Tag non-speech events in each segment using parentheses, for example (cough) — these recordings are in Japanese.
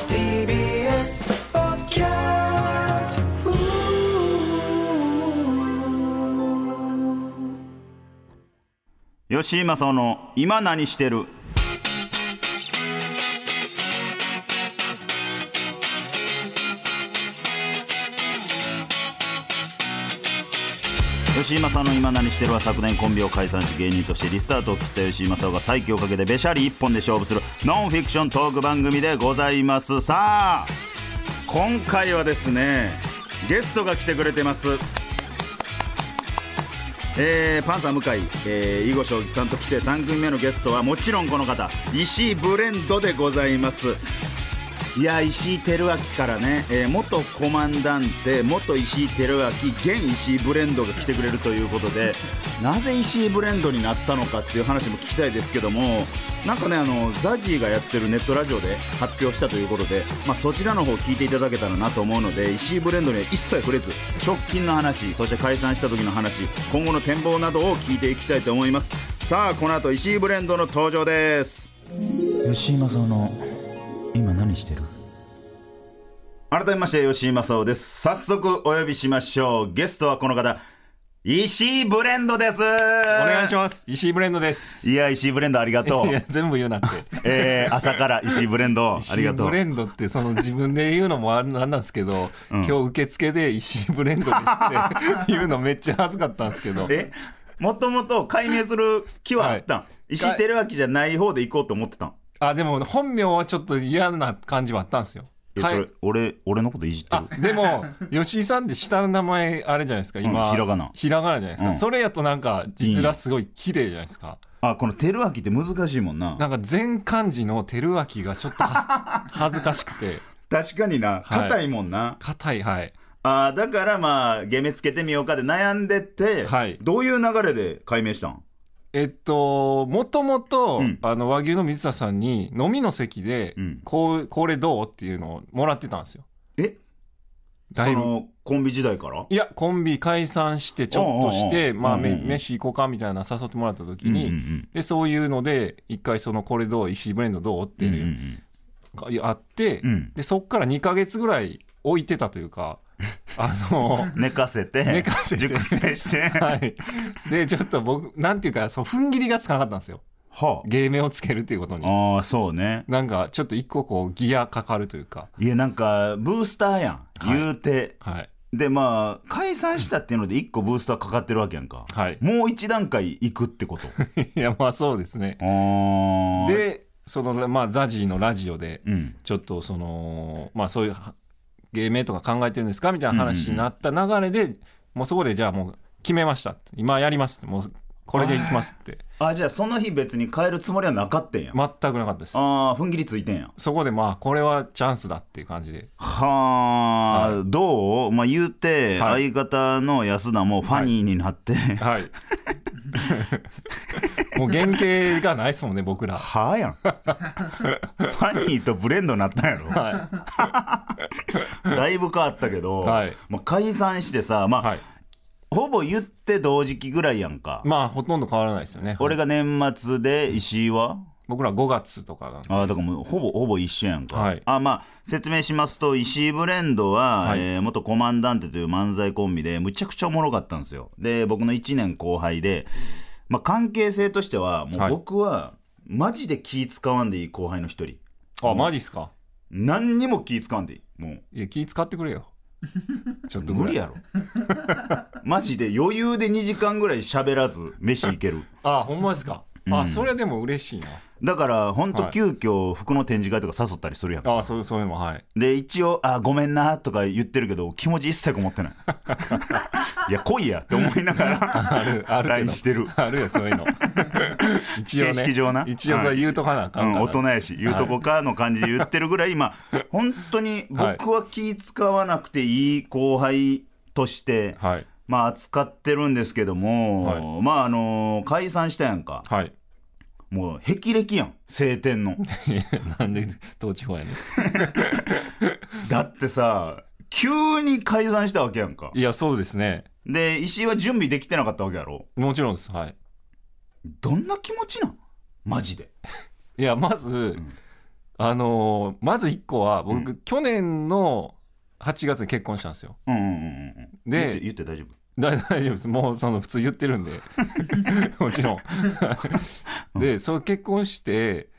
TBS ポッドキャストうー吉井正夫の今何してる吉井正夫の今何してるは昨年コンビを解散し芸人としてリスタートを切った吉井正夫が再起をかけてべしゃり一本で勝負するノンフィクショントーク番組でございますさあ今回はですねゲストが来てくれてますえーパンサー向井、えー、囲碁将棋さんと来て3組目のゲストはもちろんこの方石井ブレンドでございますいや石井輝明からね、えー元コマンダンテ元石井輝明現石井ブレンドが来てくれるということでなぜ石井ブレンドになったのかっていう話も聞きたいですけどもなんかねあのザジーがやってるネットラジオで発表したということで、まあ、そちらの方聞いていただけたらなと思うので石井ブレンドには一切触れず直近の話そして解散した時の話今後の展望などを聞いていきたいと思いますさあこの後石井ブレンドの登場です吉井正夫の今何してる改めまして吉井正夫です早速お呼びしましょうゲストはこの方石井ブレンドですおお願いしまます。石井ブレンドです。いや石井ブレンドありがとう (laughs) いや、全部言う (laughs) なって。えー、朝から石井ブレンドありがと石井ブレうンドって、その自分で言うのもあれなんなんですけど、今日受付で石井ブレンドですって (laughs) 言うのめっちゃ恥ずかったんですけど、えもともと解明する気はあったん、は石井輝明じゃない方で行こうと思ってたんあ、でも本名はちょっと嫌な感じはあったんですよ。えはいそれ俺俺のこといじってるあでも、吉井さんって下の名前、あれじゃないですか、今、うんひらがなひらがなじゃないですか。うんそれやとなんか、実らすごい綺麗じゃないですか。あこの輝明って難しいもんななんか、全漢字の照明がちょっとは恥ずかしくて、確かになはい硬いもんな、硬い、はい。あーだからまあゲメつけてみようかで悩んでて、はいどういう流れで解明したんえっと、もともとうん、あの、和牛の水田さんに、飲みの席でうん、こう、これどうっていうのをもらってたんですよ。えだそいぶ。のコンビ時代からいや、コンビ解散して、ちょっとしおうおうて、おうまあ、うんうんめうん飯行こうかみたいな誘ってもらった時うんうに、んで、そういうので、一回その、これどう石井ブレンドどうってうんうんういう、んがあってう、んで、そっから2ヶ月ぐらい置いてたというか、 (laughs) あの、寝かせて寝かせて熟成しては (laughs) はい。で、ちょっと僕、なんていうか、そう、踏ん切りがつかなかったんですよ。芸名をつけるっていうことに。ああーそうねなんかちょっと一個こうギアかかるというか、いやなんかブースターやん、はい言うてはい。でまあ解散したっていうので一個ブースターかかってるわけやんか、はい (laughs) もう一段階行くってこといや、まあそうですね。あー、で、その、まあザジーのラジオで、うん、ちょっとその、まあそういうは芸名とか考えてるんですかみたいな話になった流れで、もうそこでじゃあもう決めましたって。今やりますって。もうこれでいきますって。あじゃあその日別に変えるつもりはなかったんや、全くなかったです。ああ踏ん切りついてんやそこでまあこれはチャンスだっていう感じで。はあ、どう、まあ、言うて、はい相方の安田もファニーになって、ははい。 (laughs) もう原型がないですもんね、僕ら。あやんファニーとブレンドになったんやろはだいぶ変わったけど、はいまあ、解散してさ、まい。あはい。ほぼ言って同時期ぐらいやんか、まあほとんど変わらないですよね。俺が年末で石井は僕ら5月とかなんであーだからもうほぼほぼ一緒やんか、はいあまあ説明しますと石井ブレンドは、はいえー元コマンダンテという漫才コンビでむちゃくちゃおもろかったんですよで僕の1年後輩で、まあ、関係性としてはもはうい僕はマジで気使わんでいい後輩の一人あ、マジっすか何にも気使わんでいいもういや、気使ってくれ (laughs) よ。ちょっと無理やろ。 (laughs) ろマジで余裕で2時間ぐらい喋らず飯行けるあ、ほんまですか。うんあ、それでも嬉しいな。だからほんとはい急遽服の展示会とか誘ったりするやんあ、そう、そういうのも、はい。で一応「あごめんな」とか言ってるけど気持ち一切こもってない (laughs) いや来いやって思いながらあ (laughs) る、ある LINE してるあるよ、そうい (laughs) うの。一応ね。形式上な一応そはれい言うとかなあかうんん、から大人やし言うとこかの感じで言ってるぐらい今本当に僕は気使わなくていい後輩として、はい。まあ扱ってるんですけども、まああのー解散したやんかはい。 (laughs) もう霹靂やん晴天のいやなんで、東地方やねんだってさ急に解散したわけやんかいや、そうですね。で石井は準備できてなかったわけやろもちろんです。はい。どんな気持ちなんマジでいやまず、んあのーまず1個は僕、去年の8月に結婚したんですようんうんうんうんうんで言って言って大丈夫だ (laughs) 大丈夫ですもうその普通言って (laughs) るんでもちろんでその結婚して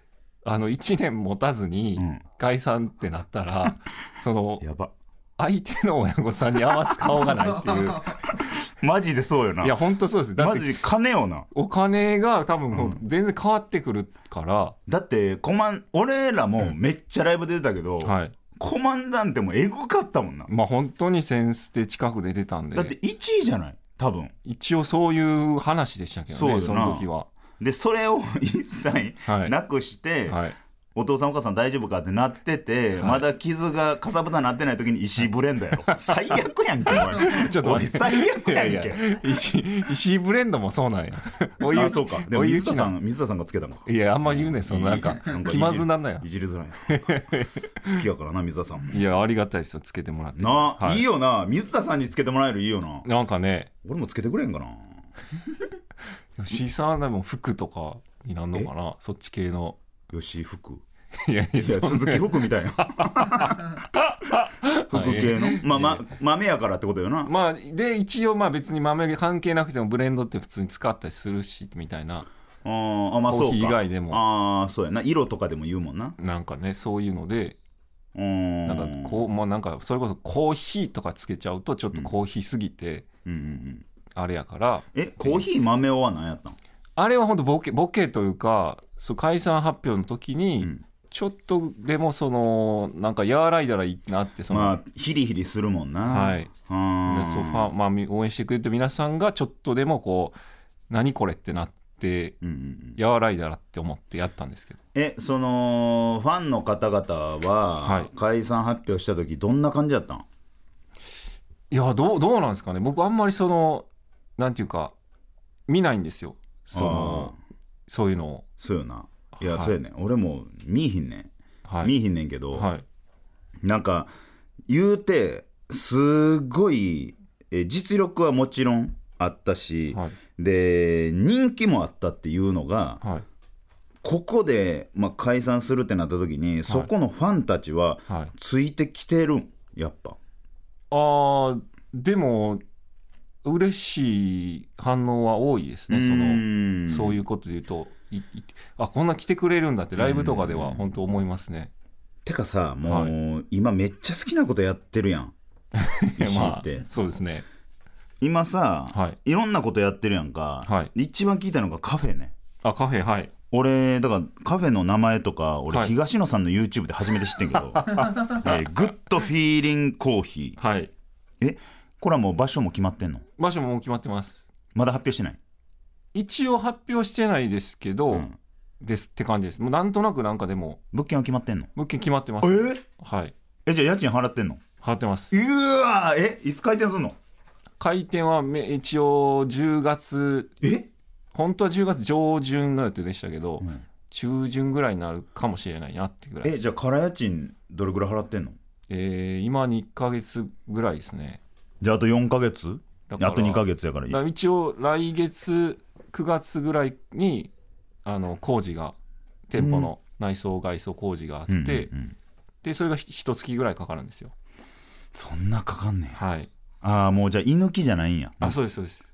あの1年持たずにうん解散ってなったら、 (laughs) そのやば相手の親御さんに合わす顔がないっていう (laughs) マジでそうよないや本当そうですだっマてジ金をなお金が多分もう全然変わってくるから、だってコマン俺らもめっちゃライブ出てたけど、はいコマンダンってもうエグかったもんなまあ本当にセンスで近くで出たんでだって1位じゃない多分一応そういう話でしたけどそうだねなその時は、でそれを (laughs) 一切はいなくして、はい、お父さんお母さん大丈夫かってなってて、いまだ傷がかさぶたになってない時に石井ブレンドや (laughs) ろ最悪やんけお前ちょっ (laughs) とおい待って最悪やんけいやいや (laughs) 石石井ブレンドもそうなんやお湯 (laughs) あそうかでもお湯水田さん水田さんがつけたのかいやあんま言うねんそのなんかなんかいじ気まずなんなよいじりづらい (laughs) な好きやからな水田さんもいやありがたいですよつけてもらってな、、はいいよな水田さんにつけてもらえるいいよななんかね俺もつけてくれんかな石井さんでも服とかになんのかなそっち系の吉井服いやいやいやそんな鈴木福みた (laughs) いな服系のまあ、ま、豆やからってことよな、まあで一応まあ別に豆が関係なくてもブレンドって普通に使ったりするしみたいなうんあまあそうかコーヒー以外でもああそうやな色とかでも言うもんななんかねそういうのでうんなんかこうもうなんかそれこそコーヒーとかつけちゃうとちょっとコーヒーすぎてうんうんうんあれやからえコーヒー豆は何やったんあれは本当ボケボケというかそう解散発表の時うにんちょっとでもそのなんか和らいだらいいなってその、まあヒリヒリするもんなはういんでソファー、まあ、み応援してくれてる皆さんがちょっとでもこう何これってなってうんうんうん和らいだらって思ってやったんですけどえそのファンの方々ははい解散発表した時どんな感じだったんいやどうどうなんですかね僕あんまりそのなんていうか見ないんですよそのそういうのを、そうよないや、はいそうやねん俺も見いひんねん、は見いいひんねんけど、はい、なんか言うてすごいえ実力はもちろんあったし、はいで人気もあったっていうのがはいここで、まあ、解散するってなった時にそこのファンたちははい、ついてきてるんやっぱあーでも嬉しい反応は多いですねそののそういうことで言うといいあこんな来てくれるんだってライブとかでは本当思います (laughs) ねてかさもはう、今めっちゃ好きなことやってるやんいや石井 (laughs) まあってそうですね今さ、、はいろんなことやってるやんか、はい一番聞いたのがカフェねあカフェはい俺だからカフェの名前とか俺、はい東野さんの YouTube で初めて知ってんけ (laughs) ど、えーグッドフィーリングコーヒはいーえこれはもう場所も決まってんの場所ももう決まってますまだ発表してない、一応発表してないですけど、うんですって感じですもうなんとなくなんかでも物件は決まってんの物件決まってますえはいえじゃあ家賃払ってんの払ってますうわーえいつ開店すんの開店はめ一応10月え本当は10月上旬の予定でしたけど、ん中旬ぐらいになるかもしれないなってぐらいえですじゃあ空家賃どれぐらい払ってんのえー今2ヶ月ぐらいですねじゃああと4ヶ月だからあと2ヶ月やからだから一応来月9月ぐらいにあの工事が店舗の内装外装工事があって、うんうんうんでそれがひ一月ぐらいかかるんですよそんなかかんねえはいああもうじゃあ居抜きじゃないんやあそうですそうです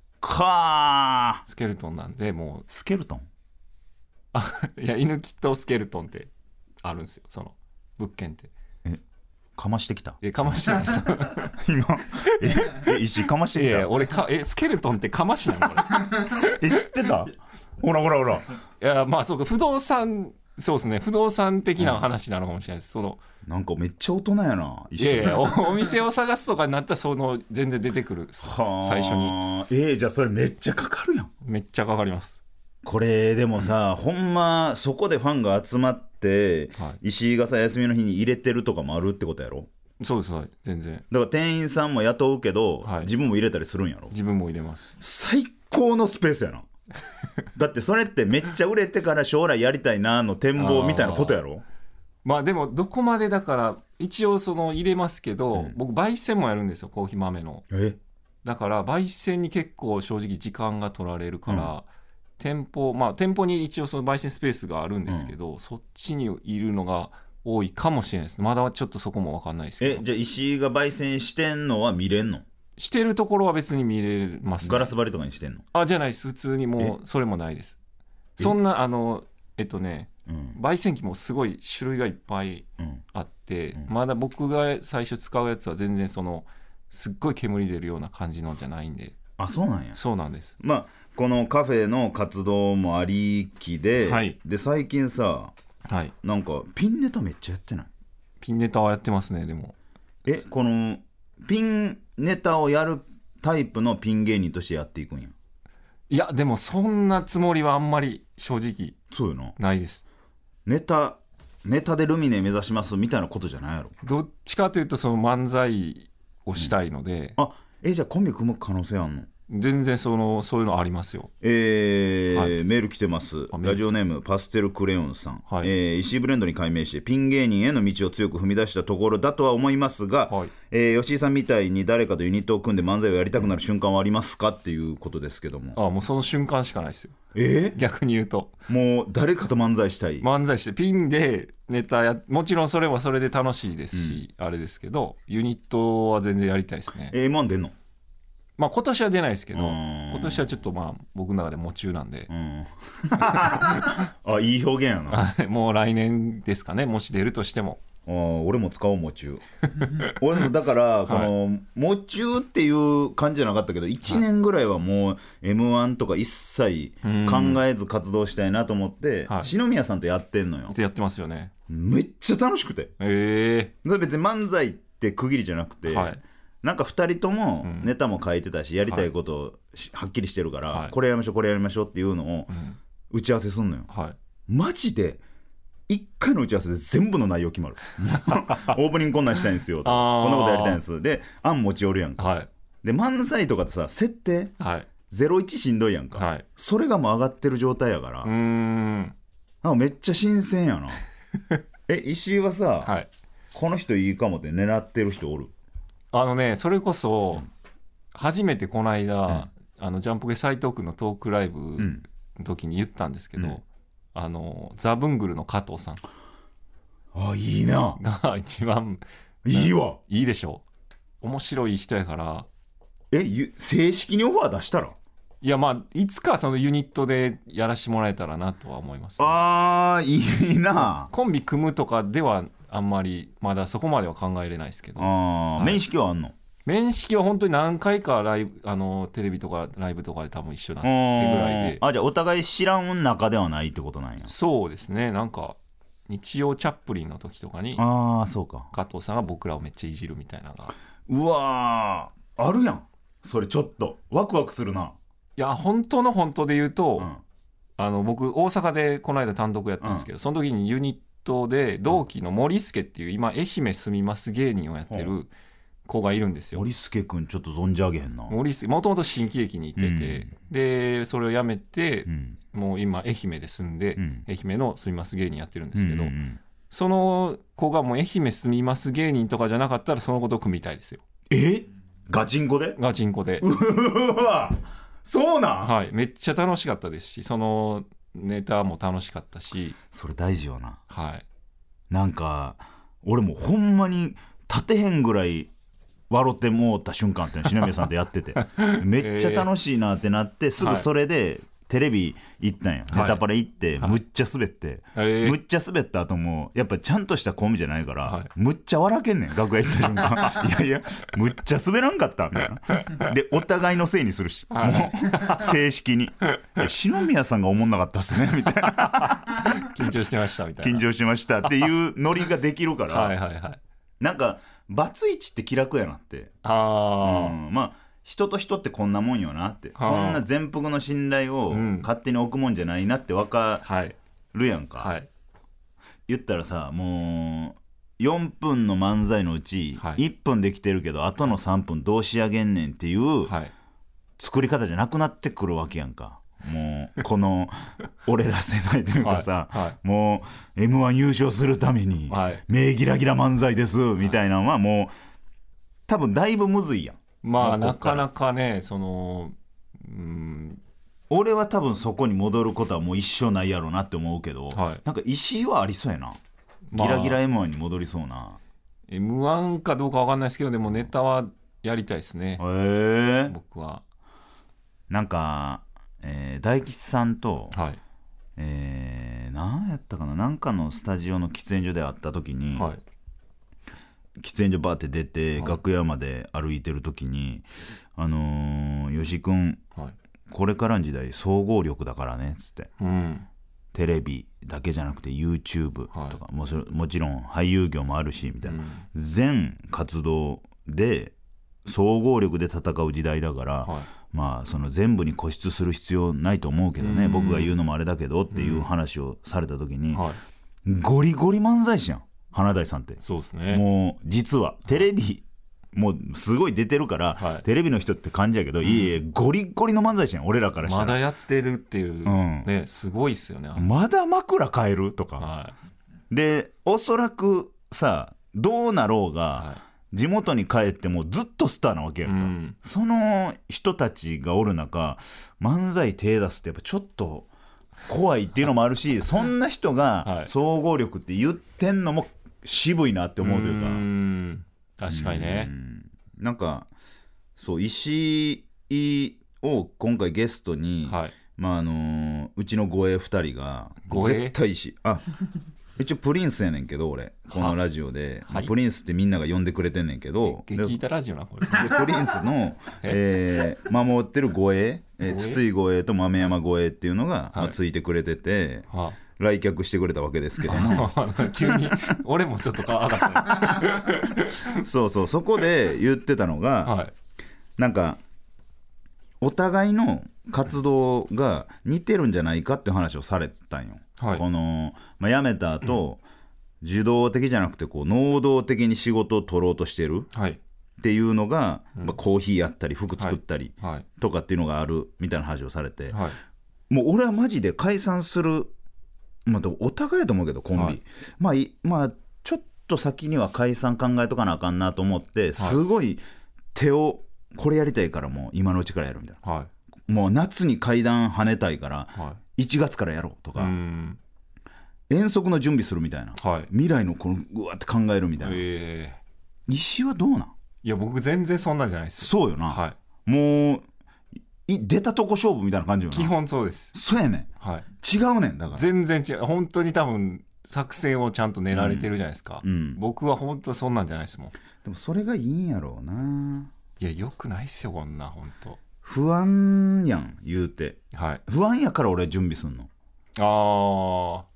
かースケルトンなんでもスケルトンう (laughs) いや犬きっとスケルトンってあるんですよその物件ってかましてきたえかましてないです (laughs) 今ええ石かましていきやいたや俺かえスケルトンってかましなんこえ知ってたほらほらほられいやまあそうか不動産そうですね不動産的な話なのかもしれないです、そのなんかめっちゃ大人やないやいやおお (laughs) 店を探すとかになったらその全然出てくるはー最初にえーじゃあそれめっちゃかかるやんめっちゃかかりますこれでもさ、ほんまそこでファンが集まって、は石井がさ休みの日に入れてるとかもあるってことやろそうですはい全然だから店員さんも雇うけど、はい自分も入れたりするんやろ自分も入れます最高のスペースや (laughs) なだってそれってめっちゃ売れてから将来やりたいなの展望みたいなことや (laughs) ろまあでもどこまでだから一応その入れますけうど、ん僕焙煎もやるんですよコーヒー豆のえだから焙煎に結構正直時間が取られるから、店舗まあ店舗に一応その焙煎スペースがあるんですけど、そっちにいるのが多いかもしれないですまだちょっとそこも分かんないですけえどじゃあ石井が焙煎してんのは見れんのしてるところは別に見れます、ね、ガラス張りとかにしてんの、あじゃないです普通にもうそれもないですそんなあのえっとねうん焙煎機もすごい種類がいっぱいうん、あって、んまだ僕が最初使うやつは全然そのすっごい煙出るような感じのじゃないんであそうなんやそうなんですまあこのカフェの活動もありきで、はいで最近さはいなんかピンネタめっちゃやってないピンネタはやってますねでもえこのピンネタをやるタイプのピン芸人としてやっていくんやいやでもそんなつもりはあんまり正直そうよなないですネタネタでルミネ目指しますみたいなことじゃないやろどっちかというとその漫才をしたいので、あえじゃあコンビ組む可能性あんの全然そのそういうのありますよえーはいメール来てますあメールラジオネームパステルクレヨンさん、はいえー石井ブレンドに改名してピン芸人への道を強く踏み出したところだとは思いますが、はいえー吉井さんみたいに誰かとユニットを組んで漫才をやりたくなる瞬間はありますかっていうことですけどもあもうその瞬間しかないですよえ逆に言うとーもう誰かと漫才したい、漫才してピンでネタやもちろんそれはそれで楽しいですし、あれですけどユニットは全然やりたいですねえー、M1 出んのまあ今年は出ないですけどうーん今年はちょっとまあ僕の中で夢中なんで (laughs) う、ん (laughs) あいい表現やなはいもう来年ですかねもし出るとしてもあー俺も使おうもちゅう俺もだからこのもちゅうっていう感じじゃなかったけど1年ぐらいはもう m 1とか一切考えず活動したいなと思って、はい篠宮さんとやってんのよやってますよねめっちゃ楽しくてえそれ別に漫才って区切りじゃなくえて、はいなんか2人ともんネタも書いてたしやりたいことをしはっきりしてるから、はいこれやりましょうこれやりましょうっていうのをん打ち合わせすんのよはいマジで1回の打ち合わせで全部の内容 (laughs) 決まるオープニングこんなんしたいんですよとかあーこんなことやりたいんですで案持ち寄るやんかはいで漫才とかってさ設定はい01しんどいやんか、はいそれがもう上がってる状態やから、うーんなんかめっちゃ新鮮や (laughs) なえ石井はさ、はいこの人いいかもって狙ってる人おるあのねそれこそ初めてこの間、あのジャンポケ斎藤君のトークライブんの時に言ったんですけど、うんあのザ・ブングルの加藤さんあいいなが一番いいわいいでしょう面白い人やからえゆ正式にオファー出したらいやまあいつかそのユニットでやらしてもらえたらなとは思います、あーいいなコンビ組むとかではあんまりまだそこまでは考えれないですけどあー面識はあんの面識は本当に何回かライブあのテレビとかライブとかで多分一緒になってぐらいであじゃあお互い知らん中ではないってことなんやそうですねなんか日曜チャップリンの時とかにああそうか加藤さんが僕らをめっちゃいじるみたいなのがうわーあるやんそれちょっとワクワクするないや本当の本当で言うと、うんあの僕大阪でこの間単独やったんですけど、その時にユニットで同期の森助っていう今愛媛住みます芸人をやってる子がいるんですよ森助君ちょっと存じ上げへんな森助もともと新喜劇にいてて、でそれを辞めてう、んもう今愛媛で住んで、うん愛媛の住みます芸人やってるんでですけど、うんうんその子がもう愛媛住みます芸人とかじゃなかったらその子と組みたいですよえガチンコで (laughs) ガチンコで、うわそうなん、はい、めっちゃ楽しかったですしそのネタも楽しかったし、それ大事よなはい、なんか俺もうほんまに立てへんぐらい笑ってもうた瞬間っていうの篠宮さんとや (laughs) っててめっちゃ楽しいなってなってすぐそれでテレビ行ったんよ、はいネタパレ行って、むっちゃ滑って、えーむっちゃ滑った後もやっぱちゃんとしたコンビじゃないから、はいむっちゃ笑けんねん楽屋行った瞬 (laughs) 間いやいやむっちゃ滑らんかったみたいなでお互いのせいにするし、 (laughs) もう正式に「いや篠宮さんがおもんなかったっすね」みたいな緊張してましたみたい緊な張しましたっていうノリができるから、はいはいはいなんかバツイチって気楽やなって、うあんまあ人と人ってこんなもんよなってはあそんな全幅の信頼をうん勝手に置くもんじゃないなって分かあ、はいるやんか、はい言ったらさもう4分の漫才のうちはい1分できてるけど、あとの3分どう仕上げんねんっていうはい作り方じゃなくなってくるわけやんかもうこの俺ら世代というかさ、 (laughs) はいはもう m 1優勝するためにはい名ギラギラ漫才ですみたいなのはもう多分だいぶむずいやんまもあうこなっかからなかねそのうん俺は多分そこに戻ることはもう一生ないやろうなって思うけど、はいなんか石井はありそうやな、まあギラギラ M1 に戻りそうな m 1かどうかわかんないですけどでもネタはやりたいですねへえ僕はなんか、えー大吉さんと、はいえー、何やったかななんかのスタジオの喫煙所で会った時に、はい喫煙所バーって出て、楽屋まで歩いてる時にあのー、吉井君はいこれからの時代総合力だからねっつってうんテレビだけじゃなくて YouTube とか、もちろんもちろん俳優業もあるしみたいな、全活動で総合力で戦う時代だから、はいまあその全部に固執する必要ないと思うけどね、うん僕が言うのもあれだけどっていう話をされた時に、はいゴリゴリ漫才師やん花大さんってそうですねもう実はテレビもうすごい出てるから、はいテレビの人って感じやけど、いえいえゴリゴリの漫才師やん俺らからしたまらだやってるっていう、んねすごいっすよね、まだ枕変えるとか、はでおそらくさどうなろうが、いは地元に帰ってもずっとスターなわけい、やうんか、ん、その人たちがおる中漫才手出すってやっぱちょっと怖いっていうのもあるしそんな人はがい総合力って言ってんのも渋いなって思うというかん確かにねなんかそう石井を今回ゲストに、はいまああのーうちの護衛2人が護衛絶対石あ一応プリンスやねんけど俺このラジオで、まあはいプリンスってみんなが呼んでくれてんねんけど激で聞いたラジオなこれでプリンス (laughs) の、えー守ってる護衛、えー、筒井護衛と豆山護衛っていうのが、まあついてくれてて、は来客してくれたわけですけどもあ (laughs) 急に俺もちょっとか上が (laughs) っそうそうそこで言ってたのが、た、はい、なんかお互いの活動が似てるんじゃないかっていう話をされたんよ。はいこの、まあ、辞めた後、受動的じゃなくてこう能動的に仕事を取ろうとしてるはいっていうのが、まあ、コーヒーやったり服作ったりはいとかっていうのがあるみたいな話をされて、はいもう俺はマジで解散する、まあ、でもお互いやと思うけどコンビ、はいまあいまあちょっと先には解散考えとかなあかんなと思って、すごい手をこれやりたいからもう今のうちからやるみたいはなもう夏に階段跳ねたいからいは1月からやろうといか、うん遠足の準備するみたいな、はい未来のこのうわって考えるみたいな、ええ石はどうなんいや僕全然そんなんじゃないですそうよな、はいもうい出たとこ勝負みたいな感じよな基本そうですそうやねんはい違うねんだから全然違う本当に多分作戦をちゃんと練られてるじゃないですか、うんうん僕は本当そんなんじゃないですもんでもそれがいいんやろうないやよくないっすよこんな本当不安やん言うてはい不安やから俺準備すんのあー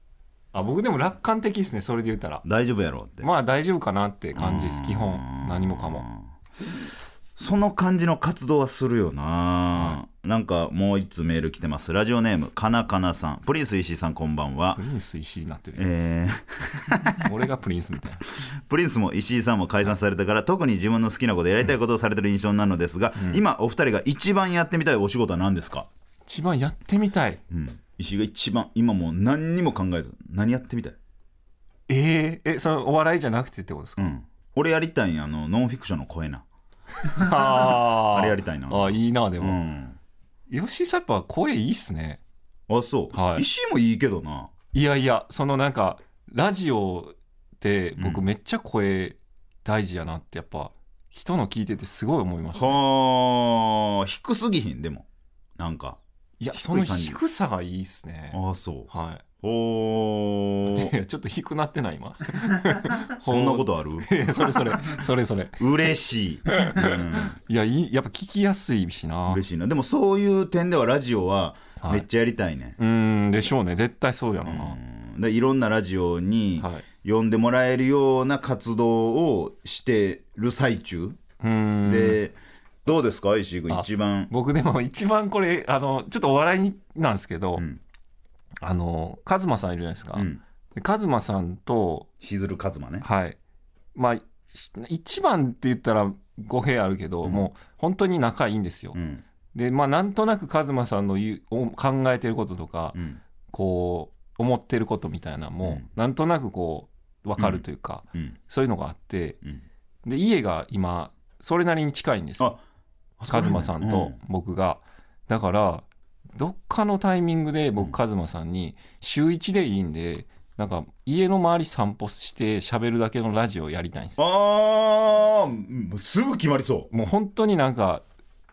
あ僕でも楽観的ですねそれで言ったら大丈夫やろうって、まあ大丈夫かなって感じです基本何もかもその感じの活動はするよな、なんかもう一つメール来てますラジオネームかなかなさんプリンス石井さんこんばんは (laughs) プリンス石井になってるえー俺がプリンスみたいなプリンスも石井さんも解散されてから特に自分の好きなことやりたいことをされてる印象なのですが、今お二人が一番やってみたいお仕事は何ですか、一番やってみたいうん、石井が一番今もう何にも考えず何やってみたい、えー、えそのお笑いじゃなくてってことですうか、ん、俺やりたいんあのノンフィクションの声なあ (laughs) ーあれやりたいなあーいいなでうも、ん吉井さんやっぱ声いいっすねあそう、はい石井もいいけどないやいやそのなんかラジオって僕めっちゃ声大事やなってやっぱ人の聞いててすごい思いましたね、はあ低すぎひんでもなんかいや低いその感じ低さがいいっすねあそうは (laughs) ほいいーやちょっと低くなってない今 (laughs) そんなことあるいやそれそれそれそれ嬉しい、うんいやいいやっぱ聞きやすいしな嬉しいなでもそういう点ではラジオははいめっちゃやりたいね、うーんでしょうね絶対そうやろな、うんでいろんなラジオにはい呼んでもらえるような活動をしてる最中うーんで、どうですか石井君あ一番僕でも一番これあのちょっとお笑いなんですけど、うんあのカズマさんいるじゃないですか、うんでカズマさんとしずるかずまねはい。まあ、し一番って言ったら語弊あるけど、うんもう本当に仲いいんですよ。うんで、まあ、なんとなくカズマさんの言うお考えてることとか、うんこう、思ってることみたいなのうもん、なんとなくこう、わかるというか、うんそういうのがあって、うんで、家が今、それなりに近いんですよ。あカズマさんと僕が。だから、どっかのタイミングで僕、カズマさんに週1でいいんでなんか家の周り散歩して喋るだけのラジオやりたいんですよあーすぐ決まりそうもう本当になんか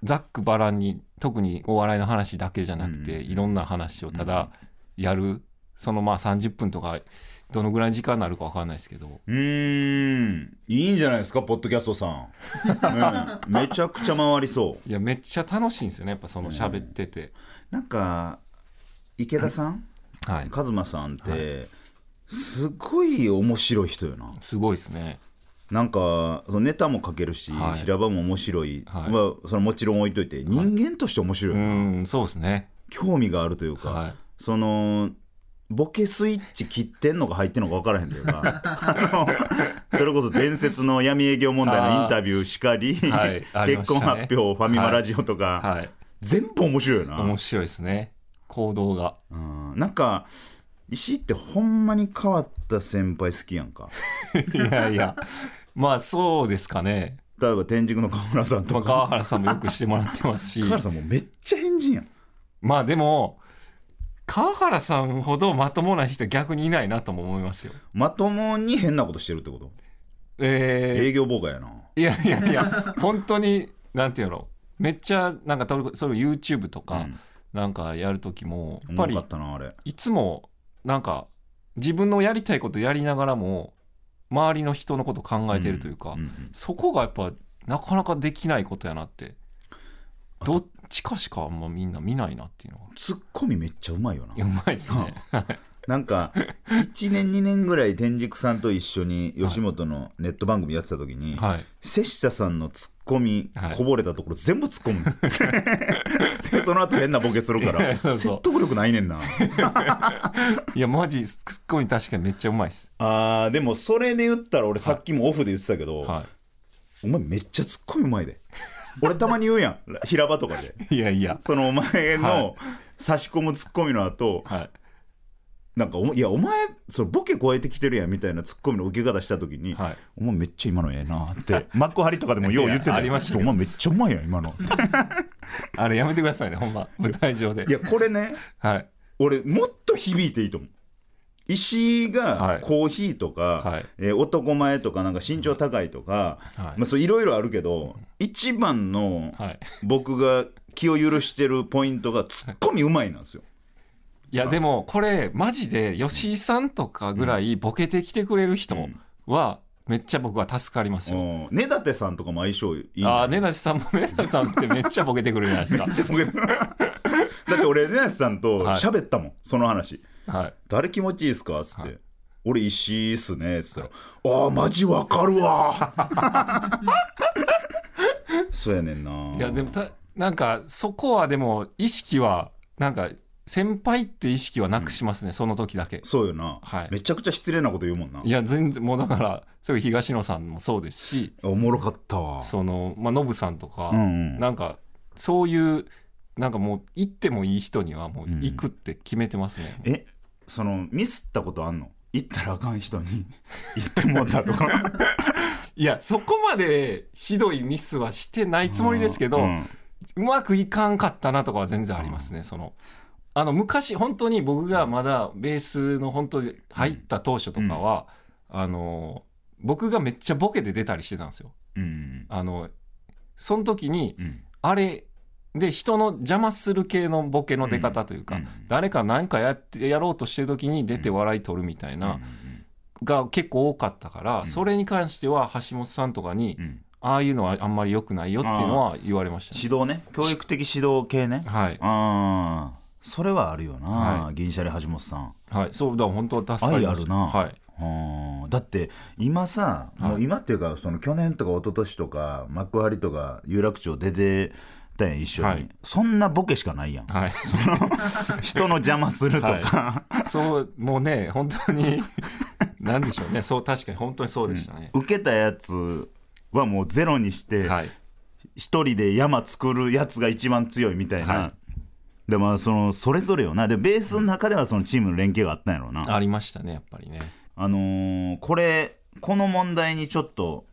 ざっくばらんに特にお笑いの話だけじゃなくて、いろんな話をただやる、そのまあ30分とかどのぐらいの時間になるか分かんないですけどうーんいいんじゃないですかポッドキャストさん、うんめちゃくちゃ回りそういやめっちゃ楽しいんですよねやっぱその喋ってて、なんか池田さん、はい、一馬さんって、すごい面白い人よなすごいですねなんかそのネタも書けるし、はい平場も面白い、はいまあ、それもちろん置いといて人間として面白い、うんそうですね興味があるというか、はいそのボケスイッチ切ってんのか入ってんのか分からへんという (laughs) かあのそれこそ伝説の闇営業問題のインタビューしかり、あーはい結婚ありましたね発表、ファミマラジオとか、はい全部面白いよな、面白いですね行動がうんなんか石井ってほんまに変わった先輩好きやんかいやいや (laughs) まあそうですかね、例えば天竺の河村さんまとあ、か川原さんもよくしてもらってますし (laughs) 河原さんもうめっちゃ変人やんまあでも川原さんほどまともな人逆にいないなとも思いますよ。まともに変なことしてるってことえ営業妨害やなーいやいやいや本当になんていうのめっちゃなんかとりそれ YouTube とかうんなんかやる時もやっ重ぱかりったなあれいつもなんか自分のやりたいことやりながらも周りの人のこと考えてるというか、んんそこがやっぱなかなかできないことやなってどっちかしかあんまみんな見ないなっていうのがツッコミめっちゃうまいよないやうまいですね。なんか1年2年ぐらい天竺さんと一緒に吉本のネット番組やってた時に、はい瀬下さんのツッコミ、はいこぼれたところ全部突っ込む (laughs) でその後変なボケするかいや (laughs) そらうそう説得力ないねんないやマジツッコミ確かにめっちゃうまいです。あーでもそれで言ったら俺さっきもオフで言ってたけど、はお前めっちゃツッコミうまいで俺たまに言うやん平場とかでい。いやいや。そのお前はの差し込むツッコミの後、はい。なんかおいやお前そのボケ超えてきてるやんみたいなツッコミの受け方した時に、はいお前めっちゃ今のええなって (laughs) 幕張とかでもよう言ってたいやよありましたけどお前めっちゃうまいやん今 (laughs) のあれやめてくださいね、ほんま。舞台上でい。やこれねはい。俺もっと響いていいと思う石井はがいコーヒーとか、はいえー男前とかなんか身長高いとか、はいまあ、そういろいろあるけど一番のはい。僕が気を許してるポイントがツッコミうまいなんですよ。いや、でも、これ、マジで、吉井さんとかぐらいボケてきてくれる人は、めっちゃ僕は助かりますよ。うん根立さんとかも相性いいんだよああ、根立さんも根立さんってめっちゃボケてくれるじゃないです (laughs) めっちゃボケてるだって俺根立さんと喋ったもん、その話か。はい。 「誰気持ちいいっすか?」っつって。俺石井っすねっつったら「ああマジわかるわ」 (laughs) そうやねんないや、でもた、なんか、そこはでも、意識は、なんか、先輩って意識はなくしますね、その時だけ。そうよな、はいめちゃくちゃ失礼なこと言うもんないや、全然、もうだから、それ東野さんもそうですし、おもろかったわそのまあノブさんとか、うんうんなんかそういうなんかもう行ってもいい人にはもう行くって決めてますね、えそのミスったことあんの行ったらあかん人に (laughs) 行ってもらったと (laughs) かいやそこまでひどいミスはしてないつもりですけど、ううんまくいかんかったなとかは全然ありますね、そのあの昔本当に僕がまだベースの本当に入った当初とかは、あの僕がめっちゃボケで出たりしてたんですようんあのその時にうんあれで人の邪魔する系のボケの出方というか、うんうん誰か何かやってやろうとしてる時に出て笑い取るみたいな、が結構多かったから、それに関しては橋本さんとかに、うんああいうのはあんまり良くないよっていうのは言われましたね、指導ね教育的指導系ねはい、ああそれはあるよな、は銀シャリ橋本さんはい、そうだから本当は助か愛りまあするな、はい、あーだって今さ、もう今っていうかその去年とか一昨年とか幕張とか有楽町出てたやん一緒に、はいそんなボケしか (laughs) ないやんはい、人の邪魔するとか、そうもうね本当になんでしょうねそう確かに本当にそうでしたね、受けたやつはもうゼロにして、はい一人で山作るやつが一番強いみたいな、はでもそのそれぞれよなでベースの中ではそのチームの連携があったんやろうな、ありましたねやっぱりねあのーこれこの問題にちょっと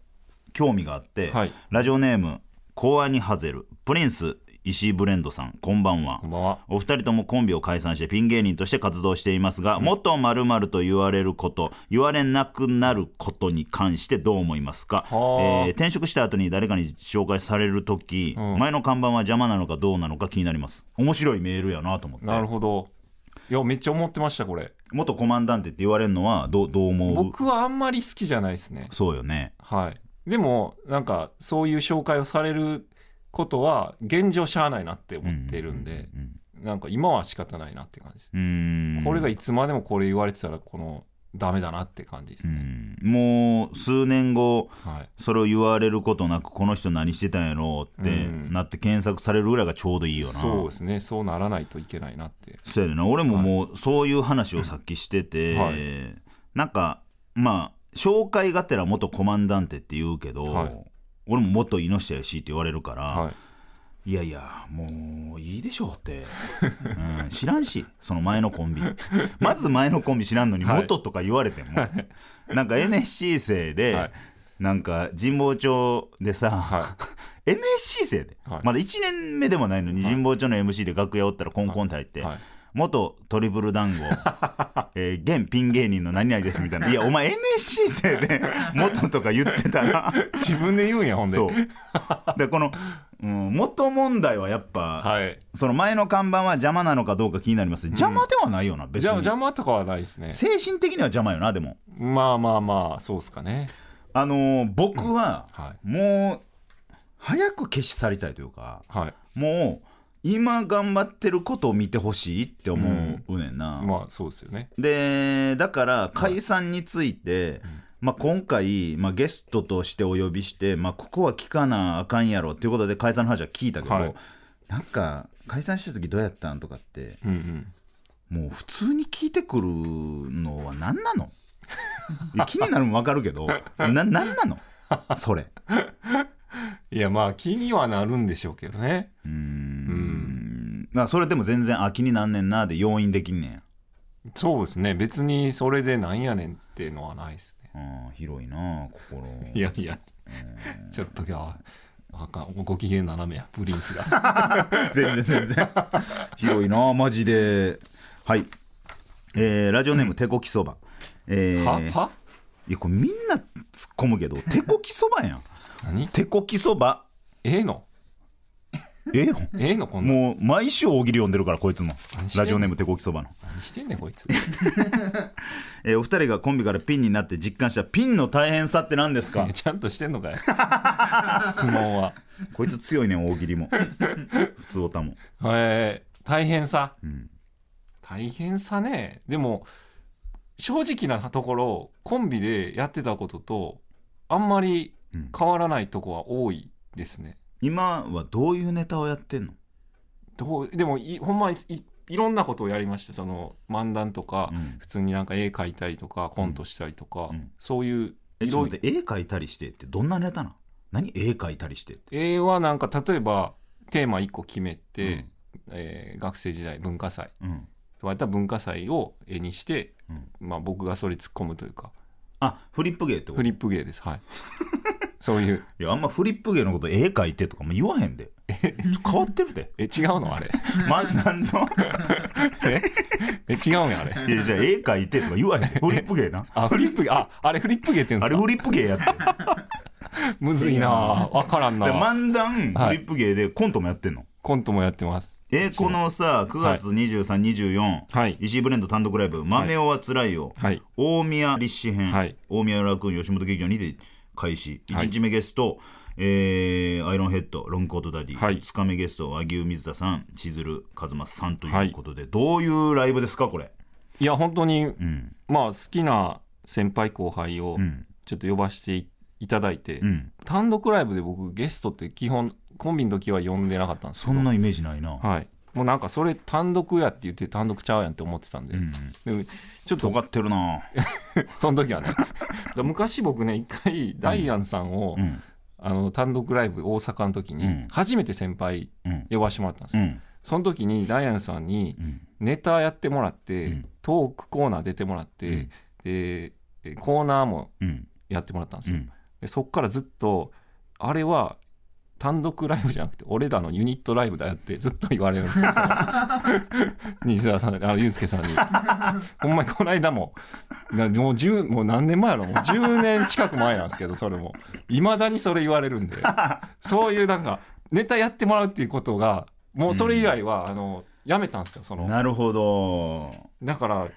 興味があって、はいラジオネーム「コアにハゼル」プリンス石井ブレンドさんこんばんはこんばんは。お二人ともコンビを解散してピン芸人として活動していますが、元まると言われること言われなくなることに関してどう思いますか、えはあー転職した後に誰かに紹介される時、うん前の看板は邪魔なのかどうなのか気になります面白いメールやなと思ってなるほど。いや、めっちゃ思ってました、これ。元コマンダンテって言われるのはどうどう思う僕はあんまり好きじゃないですね。そうよねはい。でも、なんか、そういう紹介をされることは、現状しゃあないなって思ってるんで、うんなんか今は仕方ないなって感じです。うんこれがいつまでもこれ言われてたら、この、ダメだなって感じですうね。んもう数年後はい。それを言われることなくこの人何してたんやろうってうんなって検索されるぐらいがちょうどいいよなそうですね。そうならないといけないなって。そうやねんな俺ももうそういう話をさっきしてて、はいなんかまあ紹介がてら元コマンダンテって言うけど、はい俺も元猪下やしって言われるから、、はいやいやもういいでしょうって、うん、知らんしその前のコン (laughs) ビまず前のコンビ知らんのにはい元とか言われても、なんか NSC 生で、はいなんか神保町でさ、(laughs) い。は NSC 生で、はいまだ1年目でもないのにはい神保町の MC で楽屋おったらコンコンって入って、い。はい。元トリプル (laughs) 団子えー現ピン芸人の何々ですみたいな「いやお前 NSC 生 (laughs) で元とか言ってたら自分で言うんや、ほんで。そうでこの、うん、元問題はやっぱ、はい。その前の看板は邪魔なのかどうか気になります邪魔ではないよな、別じゃあに邪魔とかはないですね。精神的には邪魔よなでもまあまあまあ、そうっすかね。あのー僕ははい。もう早く消し去りたいというかはい。もう今頑張ってることを見てほしいって思うねんな、まあ、そうですよね。でだから解散について、まあ、今回、まあ、ゲストとしてお呼びして、まあ、ここは聞かなあかんやろっていうことで解散の話は聞いたけど、はいなんか解散した時どうやったんとかってうんうん。もう普通に聞いてくるのは何なのいや気になるも分かるけどな何なのそれいや、まあ、気にはなるんでしょうけどね。うーうんん。まあそれでも全然あ気になんねんなで要因できんねんそうですね。別にそれでなんやねんっていうのはないですね。あー広いなあ心いやいや、ちょっと今日は、あかん、ご機嫌斜めや、プリンスが。全然全然 (laughs) 広いなマジではいえーラジオネーム手こきそば (laughs) えーははいやこれみんな突っ込むけど手こきそばやん何手こきそばええのええよええのこんなん。もう毎週大喜利読んでるからこいつも何してんのラジオネーム手こきそばの、何してんねん、こいつ。えーお二人がコンビからピンになって実感したピンの大変さって何ですかちゃんとしてんのかよ。 (laughs) 質問は。こいつ強いね大喜利 (laughs) も普通おたもえー大変さ、ん大変さねでも正直なところコンビでやってたこととあんまりうん変わらないとこは多いですね、今はどういうネタをやってんの、どうでもいほんまいいいろんなことをやりましたその漫談とか、うん普通になんか絵描いたりとかコントしたりとか、うんそういうえいちょろっと待って絵描いたりしてってどんなネタなん何絵描いたりしてって絵はなんか例えばテーマ1個決めて、えー学生時代文化祭うんとかやったら文化祭を絵にして、うんまあ、僕がそれ突っ込むというかあフリップ芸ってこフといリップ芸です。はい。 (laughs) そういう。やあんまフリップ芸のこと絵描いてとかも言わへんでちょ変わってるでえ、違うのあれ。漫談のえ、 (laughs) 違うんやあれ。いやじゃあ絵描いてとか言わへんでフリップ芸なあ、フリップ芸、あ、あれフリップ芸って言うんあれですフかリップ芸やってでむずいなわからんな漫談フリップ芸でコントもやってんの、コントもやってます。えこのさ9月2324、はい石井ブレンド単独ライブ「豆をはつらいよ」はい。大宮立志編、はい大宮楽君吉本劇場にて開始はい1日目ゲスト、えーアイロンヘッドロングコートダディ、はい2日目ゲスト和牛水田さん千鶴和正さんということで、どういうライブですかこれ、いや、本当に、うんまあ、好きな先輩後輩をうんちょっと呼ばせていただいて、うん、単独ライブで僕ゲストって基本、コンビの時は呼んでなかったんですけそど。んなイメージないな、はい。もうなんかそれ単独やって言って単独ちゃうやんって思ってたんで、うん、でちょっと尖ってるな、その時はね (laughs) 昔僕ね一回ダイアンさんを、うんあの単独ライブ大阪の時うにん初めて先輩うん呼ばしてもらったんですうよ、んその時にダイアンさんにうんネタやってもらって、うんトークコーナー出てもらって、うんでえコーナーもうんやってもらったんですうよ、んでそっからずっとあれは単独ライブじゃなくて俺らのユニットライブだよってずっと言われるんで (laughs) すよその西澤さんあのユースケさんにほんまにこの間もなもう10もう何年前やろもう10年近く前なんですけどそれもいまだにそれ言われるんでそういうなんかネタやってもらうっていうことがもうそれ以来は、あのやめたんですよそのなるほどだから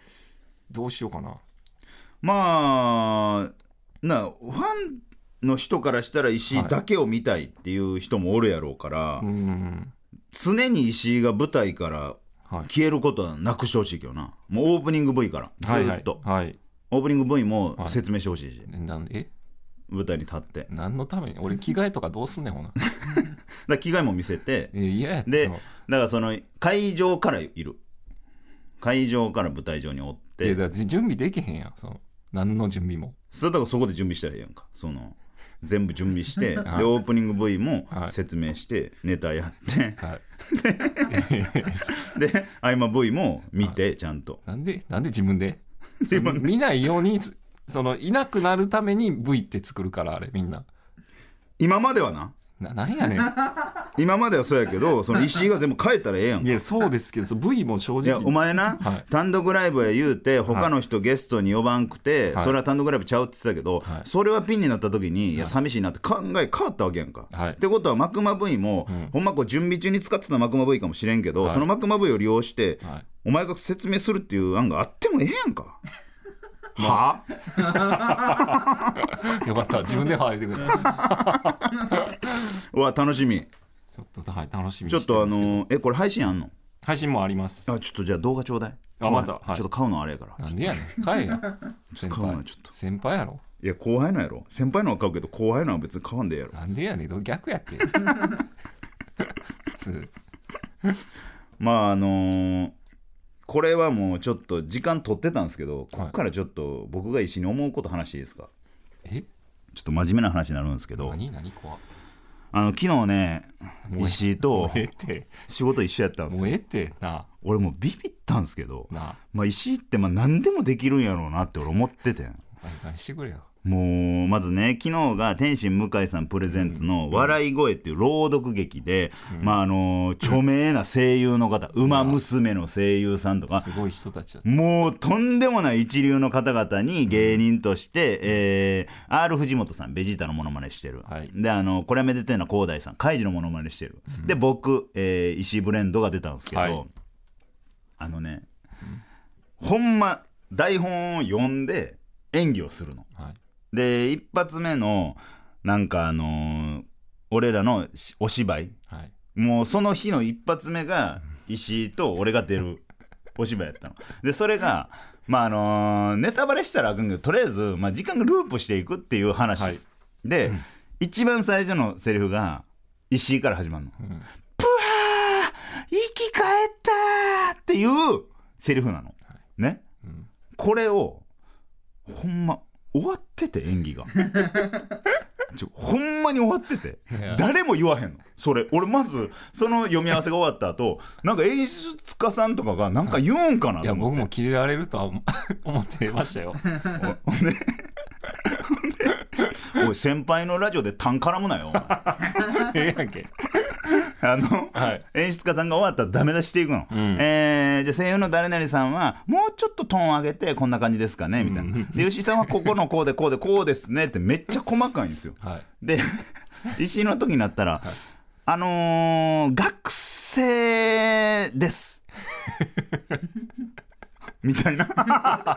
どうしようかなまあなファンの人からしたら石井だけを見たいっていう人もおるやろうから、うん常に石井が舞台からはい消えることはなくしてほしいけどなもうオープニング V からずーっと、はい、はいオープニング V も説明してほしいし、はい、なんでえ舞台に立ってだか何のために俺着替えとかどうすんねんほ (laughs) なら着替えも見せてえ嫌やったでそのだからその会場からいる会場から舞台上におっいやてだからじ準備できへんやんその何の準備もそれだからそこで準備したらいいやんかその全部準備してでオ (laughs) はいープニング V もはい説明してネタやってはい (laughs) で合間 V も見てちゃんとなんでなんで (laughs) 自分で自分で見ないようにつそのいなくなるために V って作るからあれみんな今まではなななんやねん今まではそうやけどその石井が全部変えたらええやんか (laughs) いやそうですけどそう V も正いや直お前な、はい単独ライブや言うて他の人ゲストに呼ばんくて、はいそれは単独ライブちゃうって言ってたけど、はいそれはピンになった時に、い、や寂しいなって考え変わったわけやんか。はいってことはマクマ V も、んほんまこう準備中に使ってたマクマ V かもしれんけど、はいそのマクマ V を利用して、はいお前が説明するっていう案があってもええやん (laughs) か。はあ、よかった自分で入ってくだ (laughs) さうわ楽しみいちょっとはい楽しみにちょっしてとるあんですけどのーえこれ配信あんの配信もあり (laughs) ますあちょっとじゃあ動画ちょうだいあまたちょっとはいちょっと買うのあれやからなんでやねん買えやょっと買うなちょっと先輩やろいや後輩のやろ先輩のは買うけど後輩のは別に買わんでええやろなんでやねんど逆やって普通まああのーこれはもうちょっと時間取ってたんですけどここからちょっと僕が石に思うこと話していいですか、えちょっと真面目な話になるんですけど何何怖っあの昨日ねもうえ石井もとうええって仕事一緒やったんですもうええよってな俺もうビビったんですけどあ、なあまあ、石井ってまあ何でもできるんやろうなって俺思っててん何何してくれよもうまずね昨日が天心向井さんプレゼンツの「笑い声」っていう朗読劇で、まああの著名な声優の方「ウマ娘」の声優さんとかすごい人たちだっもうとんでもない一流の方々に芸人として、えー、R 藤本さんベジータのモノマネしてる、はいであのこれはめでてえな広大さんカイジのモノマネしてる、で僕、えー、石井ブレンドが出たんですけど、はいあのね、ほんま台本を読んで演技をするのた、はい、で一発目のなんかあのー俺らのしお芝居はい。もうその日の一発目が石井と俺が出るお芝居やったの。でそれがまああのーネタバレしたらあかんけどとりあえず、まあ、時間がループしていくっていう話、はいで一番最初のセリフが石井から始まるの。うんプワー生き返ったーっていうセリフなの。ね、ん (laughs) これをほんま終わってて演 (laughs) 技がちょほんまに終わってていや誰も言わへんのそれ俺まずその読み合わせが終わった後なんか演出家さんとかがなんか言うんかないとや、思っ僕てもキレられるとは思思ってましたよ。おほんでほんでおい先輩のラジオで単絡むな (laughs) よお前ええやんけ。あの、はい演出家さんが終わったらダメ出ししていくの、んえーじゃあ声優の誰々さんはもうちょっとトーン上げてこんな感じですかねみたいな、で吉井さんはここのこうでこうでこうですねってめっちゃ細かいんですよはい。で石井の時になったら、あのー学生です。みたいな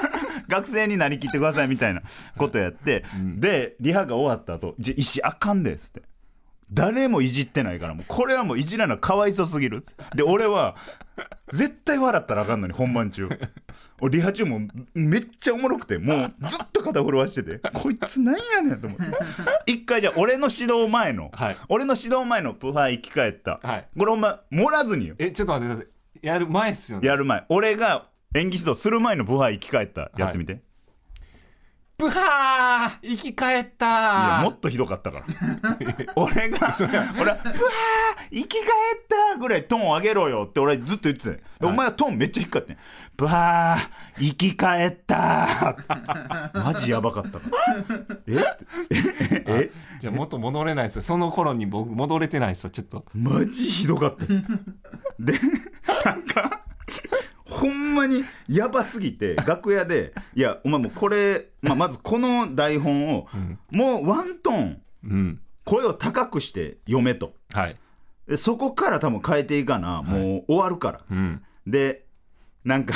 学生になりきってくださいみたいなことやって、でリハが終わった後じゃ石あかんです」って誰もいじってないからもうこれはもういじらなかわいそすぎるっつってで俺は絶対笑ったらあかんのに本番中俺リハ中もめっちゃおもろくてもうずっと肩震わしててこいつなんやねんと思って一回じゃあ俺の指導前の、はい俺の指導前のプハイ生き返った、はいこれほんま盛らずによえ、ちょっと待ってください。やる前っすよね。やる前俺が演技指導する前のプハイ生き返ったやってみて、ブハー生き返ったいやーもっとひどかった (laughs) から俺が俺は「プハー生き返った!」ぐらいトーン上げろよって俺ずっと言ってたよでお前はトーンめっちゃ低かったね「プハー (laughs) 生き返った!」マジやばかったからえってえあじゃあ元戻れないですよその頃に僕戻れてないですよちょっとマジひどかったでなんかほんまにやばすぎて楽屋で「いやお前もうこれ、まあ、まずこの台本を、もうワントーンうん声を高くして読め」とはいでそこから多分変えていかな、もう終わるから、うんでなんか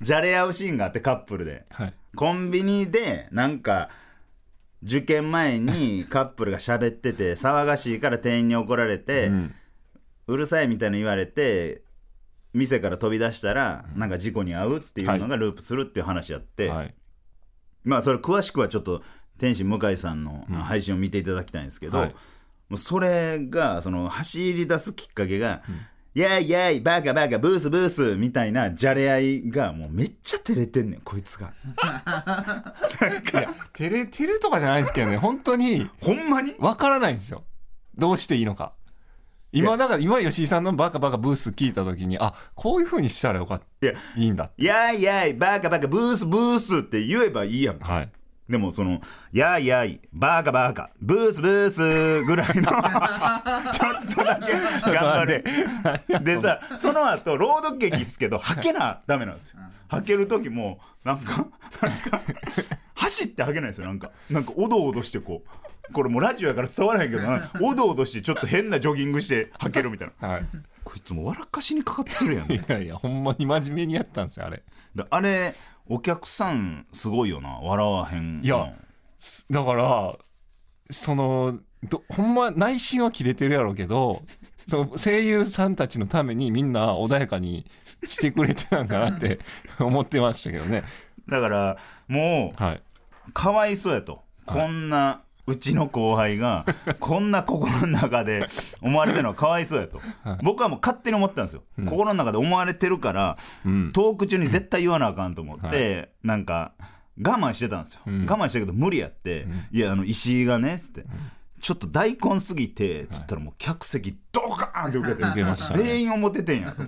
じゃれ合うシーンがあってカップルではいコンビニでなんか受験前にカップルが喋ってて騒がしいから店員に怒られて、うんうるさいみたいに言われて店から飛び出したらなんか事故に遭うっていうのがループするっていう話やって、はいまあそれ詳しくはちょっと天心向井さんのうん配信を見ていただきたいんですけど、はいもうそれがその走り出すきっかけが「イェイイェイバカバカブースブース」みたいなじゃれ合いがもうめっちゃ照れてんねんこいつがいや照れてるとかじゃないですけどね本当にほんまにわからないんですよどうしていいのか今だから今吉井さんのバカバカブース聞いた時にあこういうふうにしたらよかっいやたいいんだ「イェイイェイバカバカブースブース」って言えばいいやんはいでもその「やいやいバーカバーカブースブース」ぐらいのちょっとだけ頑張れでさその後朗読劇っすけどはけなダメなんですよはける時もなんかなんか走ってはけないんですよなんかなんかおどおどしてこうこれもうラジオやから伝わらへんけどなおどおどしてちょっと変なジョギングしてはけるみたいなはいこいつもう笑かしにかかってるやんいやいやほんまに真面目にやったんですよあれだあれお客さんすごいよな笑わへんのいやすだからそのどほんま内心は切れてるやろうけどその声優さんたちのためにみんな穏やかにしてくれてたんだなって思ってましたけどねだからもうはいかわいそうやと、こんなうちの後輩がこんな心の中で思われてるのはかわいそうやと、はい僕はもう勝手に思ってたんですよ、心の中で思われてるから、うんトーク中に絶対言わなあかんと思って、はなんか我慢してたんですよ、うん我慢したけど無理やって、いやあの石井がねっつって。ちょっと大根すぎてつったらもう客席ドカーンって受けて受けましたね全員思っててんや (laughs) と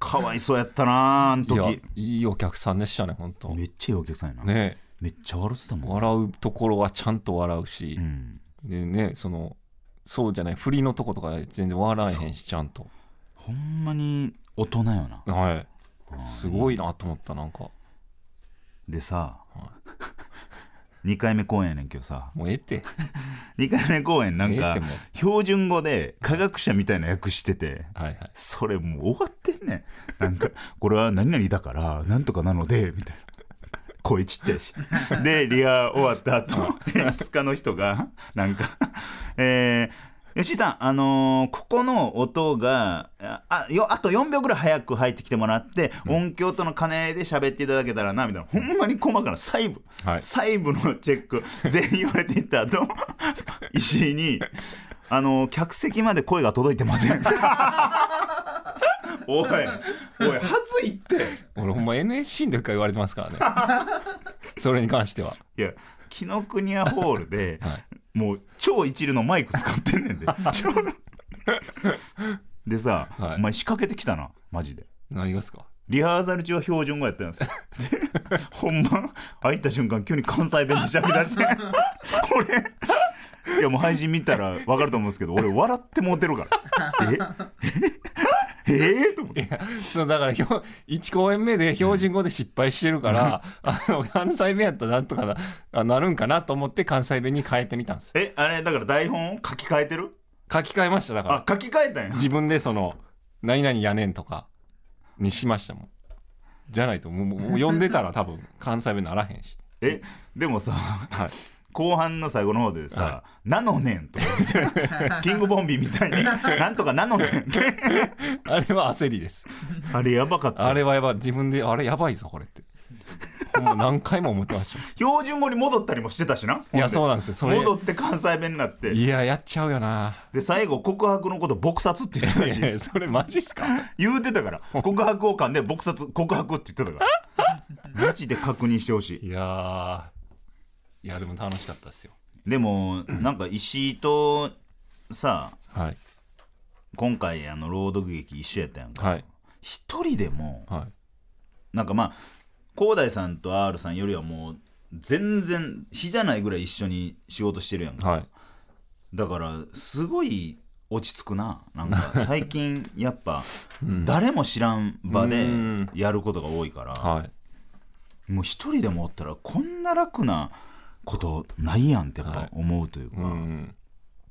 かわいそうやったなああのいや時いいお客さんでしたね本当めっちゃいいお客さんやな、ねめっちゃ笑ってたもん、笑うところはちゃんと笑うしう、ん、でねそのそうじゃない振りのとことか全然笑えへんしちゃんとほんまに大人よなはいすごいなと思ったなんかでさ、2回目公演やねんけどさもうええって2回目公演なんええってかもう標準語で科学者みたいな役しててはいはいそれもう終わってんねんなんかこれは何々だからなんとかなのでみたいな声ちっちゃいしでリハ終わった後演出家の人がなんかえー吉井さん、あのーここの音があよあと4秒ぐらい早く入ってきてもらって、音響との兼ね合いで喋っていただけたらなみたいなほんまに細かな細部、はい細部のチェッ (laughs) ク全員言われていった後 (laughs) 石井に、あのー客席まで声が届いてま (laughs) せん」おいおいはずいって俺ほんま NSC の時から言われてますか (laughs) らねそれに関してはいや紀ノ国屋ホール (laughs) で、もう超一流のマイク使ってんねんで超でさ、はいお前仕掛けてきたなマジで何がですかリハーサル中は標準語やったんですよ (laughs) でほんま入った瞬間急に関西弁でしゃべりだして (laughs) 俺いやもう配信見たら分かると思うんですけど俺笑ってもうてるからえ (laughs) えええと思ってそうだからひょ1公演目で標準語で失敗してるから、あの関西弁やったらなんとかなあなるんかなと思って関西弁に変えてみたんですよえあれだから台本を書き換えてる書き換えましただからあ書き換えたんや自分でその「何々やねん」とかにしましたもんじゃないともうもう呼んでたら多分関西弁ならへんしえでもさはい後半の最後の方でさ「はナノネン」とか言って (laughs) てキングボンビーみたいに「なんとかナノネン」ってあれは焦りですあれやばかったあれはやばい自分であれやばいぞこれってほんま何回も思ってました標準語に戻ったりもしてたしない (laughs) ほんやでそうなんですよそれ戻って関西弁になっていややっちゃうよなで最後告白のこと「撲殺」って言ってたいや (laughs) いしやそれマジっすか言うてたから告白を噛んで「撲殺告白」って言ってたからマジで確認してほしいいやーいやでも楽しかったですよでもなんか石井とさはい今回あの朗読劇一緒やったやんかはい一人でもはいなんかまあ広大さんと R さんよりはもう全然日じゃないぐらい一緒に仕事してるやんか、はいだからすごい落ち着くななんか最近やっぱ誰も知らん場でうんやることが多いから、はいもう一人でもおったらこんな楽なことないやんってやっぱ思うというか、うん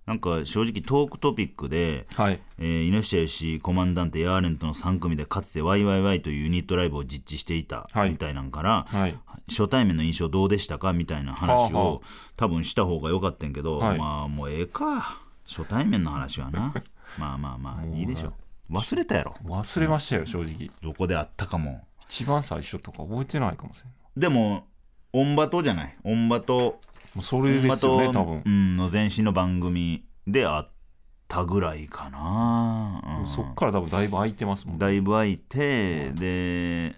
なんか正直トークトピックで、はいえー、イノシシやしコマンダンテヤーレントの3組でかつて YYY というユニットライブを実地していたはいみたいなんから、はい初対面の印象どうでしたかみたいな話を、はあは多分した方が良かったんけど、はいまあもうええか初対面の話は (laughs) なまあまあまあいいでしょ忘れたやろ忘れましたよ正直どこであったかも一番最初とか覚えてないかもしれないでもオンバトじゃないオンバトもうそれですよねオンバ多ト分う、ん、の前身の番組であったぐらいかな、うんそっから多分だいぶ空いてますもんだいぶ空いてで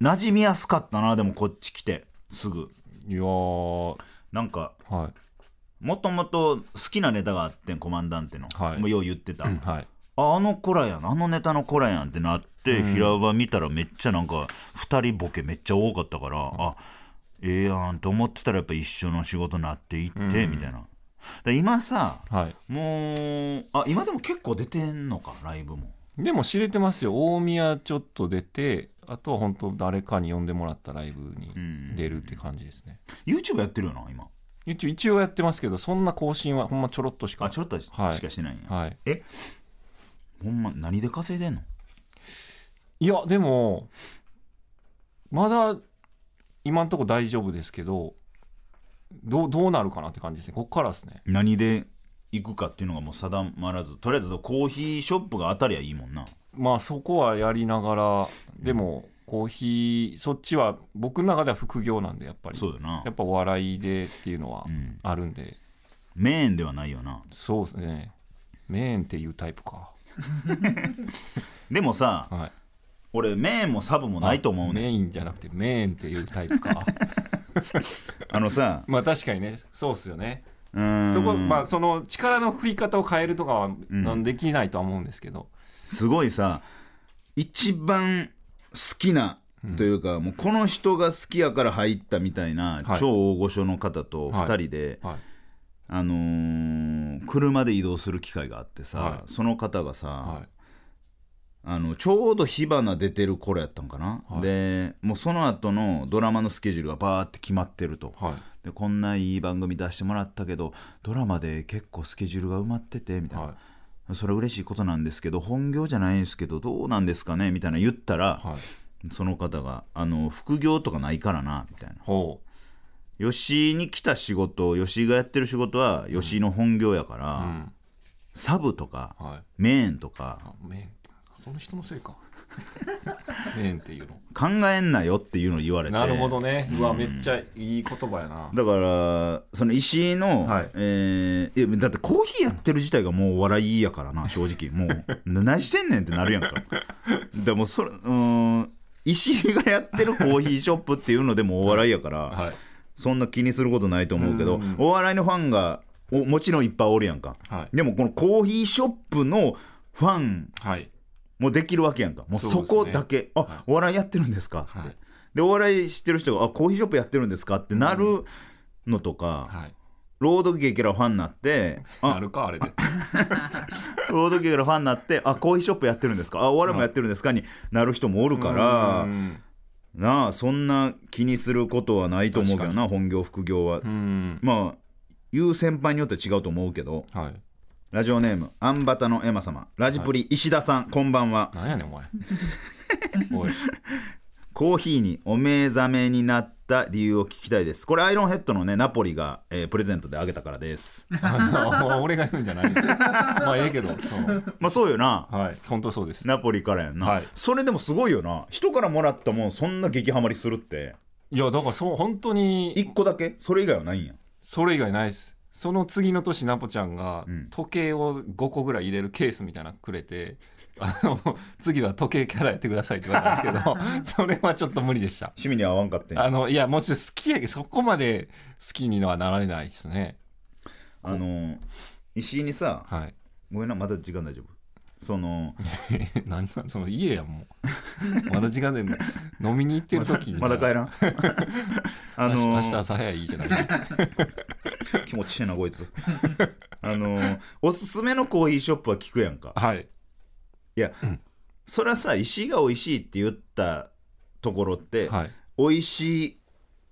馴染みやすかったなでもこっち来てすぐいやーなんかはいもともと好きなネタがあってんコマンダンテの、はいもうよう言ってた、はいああの子らやんあのネタの子らやんってなって、平場見たらめっちゃなんか2人ボケめっちゃ多かったから、あええやんと思ってたらやっぱ一緒の仕事になっていって、みたいなだから今さはいもうあ今でも結構出てんのかライブもでも知れてますよ大宮ちょっと出てあとは本当誰かに呼んでもらったライブに出るって感じですね、 YouTube やってるよな今一応一応やってますけどそんな更新はほんまちょろっとしかあちょっとしはいかしてないんや、はいえほんま何で稼いでんのいやでもまだ今んとこ大丈夫ですけどどうどうなるかなって感じですねここからですね何で行くかっていうのがもう定まらずとりあえずコーヒーショップが当たりゃいいもんなまあそこはやりながらでもコーヒーそっちは僕の中では副業なんでやっぱりそうよなやっぱお笑いでっていうのはうんあるんで、メインではないよなそうですねメーンっていうタイプかでもさはい俺メインもサブもないと思うねメインじゃなくてメーンっていうタイプ (laughs) かあのさまあ確かにねそうっすよねうーんそこまあその力の振り方を変えるとかはんなんできないとは思うんですけど、すごいさ一番好きなというか、もうこの人が好きやから入ったみたいな、はい超大御所の方と2人で、はいあのー車で移動する機会があってさ、はその方がさ、はいあのちょうど火花出てる頃やったんかな、はいでもうその後のドラマのスケジュールがバーって決まってると、はいでこんないい番組出してもらったけどドラマで結構スケジュールが埋まっててみたいな、はそれ嬉しいことなんですけど本業じゃないんですけどどうなんですかねみたいな言ったら、はいその方があの副業とかないからなみたいなほ吉井に来た仕事吉井がやってる仕事は吉井の本業やから、う、うん、サブとか、はいメインとかあメーンその人のせ (laughs) いかメーンっていうの考えんなよっていうのを言われてなるほどねうわめっちゃいい言葉やなだからその石井の、はいえーいやだってコーヒーやってる自体がもうお笑いやからな正直もう (laughs) な何してんねんってなるやんかでもそれうーん石井がやってるコーヒーショップっていうのでもお笑いやから、はいそんな気にすることないと思うけどお笑いのファンがおもちろんいっぱいおるやんか、はいでもこのコーヒーショップのファンはいもうできるわけやんかもうそうそですねこだけ、あ、はいお笑いやってるんですかって、はいでお笑いしてる人があコーヒーショップやってるんですかってなるのとか、はいロードゲーキャラファンになってなあるかあれでロードゲーキャラファンになってあコーヒーショップやってるんですかあお笑いもやってるんですかになる人もおるからうんなあそんな気にすることはないと思うけどな本業副業は、うんまあ言う先輩によって違うと思うけどはいラジオネームあんバタのエマ様ラジプリ石田さん、こんばんはなんやねんお (laughs) 前おいコーヒーにお目覚めになった理由を聞きたいですこれアイロンヘッドのねナポリが、えープレゼントであげたから (laughs) ですあの俺が言うんじゃないよまあええけどそうまあそうよなはい本当そうですナポリからやんな、はいそれでもすごいよな人からもらったもんそんな激ハマりするっていやだからそう本当に1個だけそれ以外はないんやそれ以外ないですその次の年ナポちゃんがうん時計を5個ぐらい入れるケースみたいなのくれて、あの次は時計キャラやってくださいって言われ (laughs) たんですけどそれはちょっと無理でした趣味に合わんかったんやあのいやもちろん好きやけどそこまで好きにはなられないですねあのー石井にさはい (laughs) ごめんなまだ時間大丈夫そのなんなんその家やもうまだ時間で飲みに行ってる時にまだ帰ん (laughs) らんあの明日明日朝早いじゃない気持ちいいなこいつあのーおすすめのコーヒーショップは聞くやんかはいいや、それはさ石が美味しいって言ったところって、はい美味し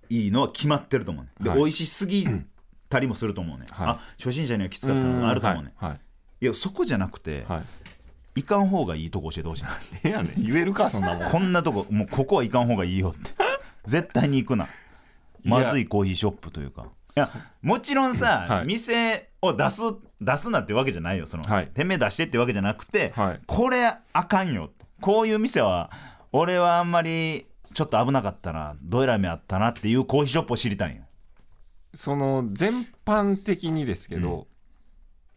いのは決まってると思うねで、はい美味しすぎたりもすると思うね、はいあ初心者にはきつかったのがあると思うね、はいいやそこじゃなくて、、はい、はい、かん方がいいとこ教えてほしいないいやねん言えるかそんなもんこんなとこもうここはいかん方がいいよ (laughs) って絶対に行くなまずいコーヒーショップというかいやもちろんさ、はい店を出す出すなってわけじゃないよその、はい店名出してってわけじゃなくて、はいこれあかんよこういう店は俺はあんまりちょっと危なかったなどえらい目あったなっていうコーヒーショップを知りたいんよその全般的にですけど、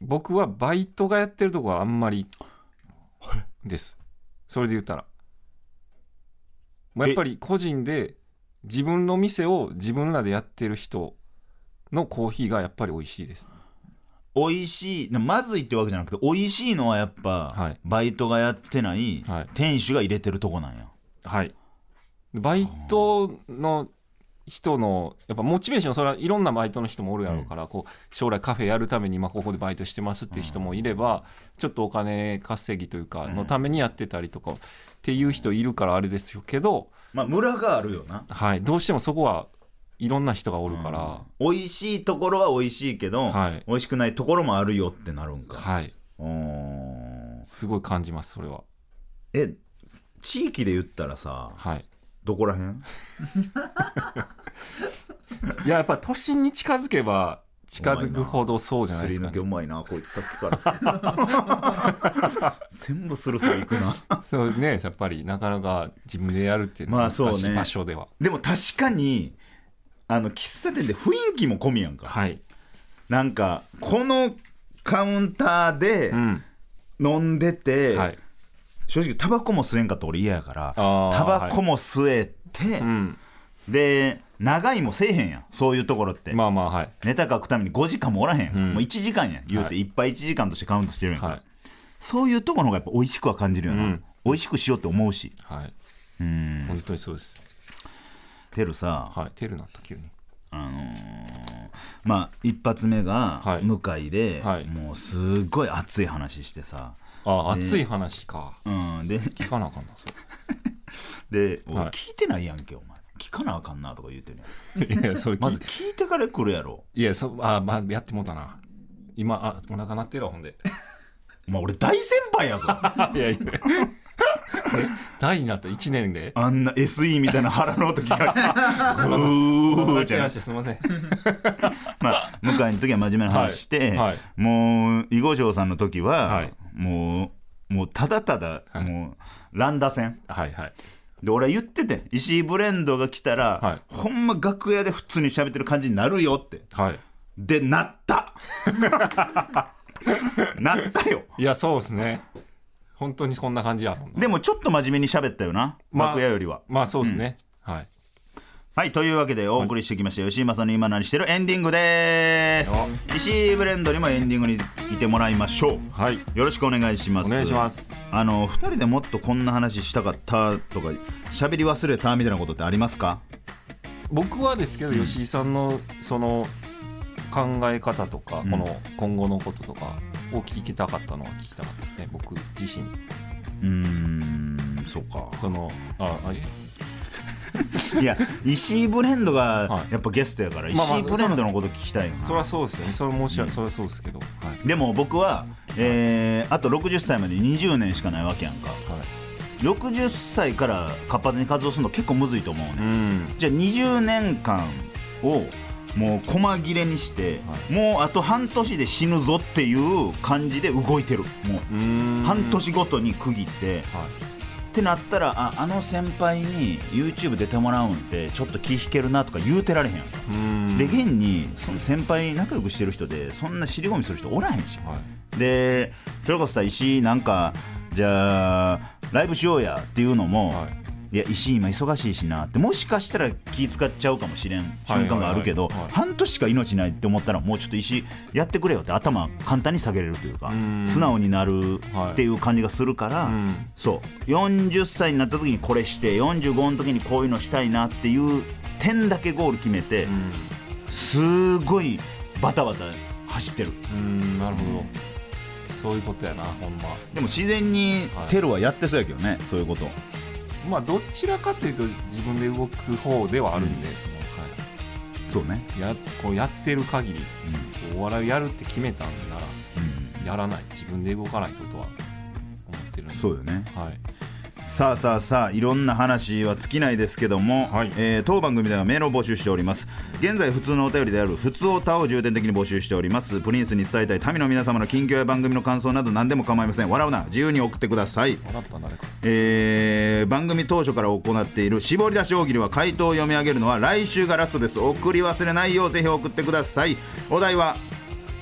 僕はバイトがやってるとこはあんまりですそれで言ったらまあえやっぱり個人で自分の店を自分らでやってる人のコーヒーがやっぱり美味しいです美味しいなまずいってわけじゃなくて美味しいのはやっぱ、はいバイトがやってない、はい店主が入れてるとこなんやはいバイトの人のやっぱモチベーションそれはいろんなバイトの人もおるやろうから、こう将来カフェやるために今ここでバイトしてますって人もいれば、ちょっとお金稼ぎというかのためにやってたりとかっていう人いるからあれですけど、まあ村があるよなはい、どうしてもそこはいろんな人がおるから、美味しいところは美味しいけど、はい美味しくないところもあるよってなるんか、はい、うーんすごい感じますそれは。え地域で言ったらさはいどこらへんいややっぱ都心に近づけば近づくほどそうじゃないすでりすか、抜けね (laughs) う、まいなこいつさっきから全部するさ行くなそうねやっぱりなかなか自分でやるっていうのまはあそうね難しい場所では。でも確かにあの喫茶店で雰囲気も込みやんかはいなんかこのカウンターでうん飲んでて、はい、正直タバコも吸えんかった俺嫌やからあータバコも吸えて、うん、で長いもせえへんやんそういうところって、まあまあはいネタ書くために5時間もおらへんやん、うんもう1時間やん言うて、、はいいっぱい1時間としてカウントしてるやんか、はいそういうところの方がやっぱ美味しくは感じるよな、うん美味しくしようって思うしはいうん本当にそうですてるさ、はいテルなった急にあのーまあ一発目がはい向井で、はいもうすっごい熱い話してさ、あ熱い話かうん、で聞かなあかんなそれで、俺はい聞いてないやんけお前聞かなあかんなとか言うてるやんいやそれ聞いまず聞いてから来るやろいやそあまあやってもうたな今あお腹鳴ってるわほんで (laughs) お前俺大先輩やぞ (laughs) いやいや大になった1年であんな SE みたいな腹の音聞か (laughs) せてぐーって間違えましたすいませんまあ、向井の時は真面目な話して、はいはいもう囲碁将さんの時は、はいもうもうただただ、はいもう乱打戦はいはいで俺は言ってて石井ブレンドが来たら、はいほんま楽屋で普通に喋ってる感じになるよってはいでなった (laughs) なったよいやそうですね本当にこんな感じやもんなでもちょっと真面目に喋ったよな、まあ楽屋よりはまあそうですね、はいはい、というわけでお送りしてきました、吉井さんの今何してるエンディングですよ石井ブレンドにもエンディングにいてもらいましょうはいよろしくお願いしますお願いしますあの2人でもっとこんな話したかったとか喋り忘れたみたいなことってありますか僕はですけど吉井さんのその考え方とか、うんこの今後のこととかを聞きたかったのは聞きたかったですね僕自身うーんそうかそのああえ (laughs) いや石井ブレンドがはいやっぱゲストやから、まあまあ石井ブレンドのこと聞きたいよなそれはそうですよねそれ申し訳、それはそうですけどはでも僕は、えーあと60歳まで20年しかないわけやんかい、はい、 60歳から活発に活動するの結構むずいと思うね、うんじゃあ20年間をもう細切れにして、はもうあと半年で死ぬぞっていう感じで動いてるもううーん半年ごとに区切って、っはてなったらああの先輩に YouTube 出てもらうんってちょっと気引けるなとか言うてられへんやんか、いうーんで現にその先輩仲良くしてる人でそんな尻込みする人おらへんしはいでそれこそさ石井なんかじゃあライブしようやっていうのも、はいいや石井今忙しいしなってもしかしたら気使っちゃうかもしれん瞬間があるけどはいはいはいはい半年しか命ないって思ったらもうちょっと石やってくれよって頭簡単に下げれるというかうん素直になるっていう感じがするからうんそう40歳になった時にこれして45の時にこういうのしたいなっていう点だけゴール決めてすごいバタバタ走ってるうんなるほどそういうことやなほんまでも自然にはいテロはやってそうやけどねそういうことまあどちらかというと自分で動く方ではあるんで、そのはそうねい、やこうやってる限りうんこうお笑いやるって決めたんならうやらない自分で動かないことは思ってるんでんそうよねはいさあさあさあいろんな話は尽きないですけども、はいえー当番組ではメールを募集しております現在普通のお便りである「普通おた」を重点的に募集しておりますプリンスに伝えたい民の皆様の近況や番組の感想など何でも構いません笑うな自由に送ってください分かった誰かえー番組当初から行っている絞り出し大喜利は回答を読み上げるのは来週がラストです送り忘れないようぜひ送ってくださいお題は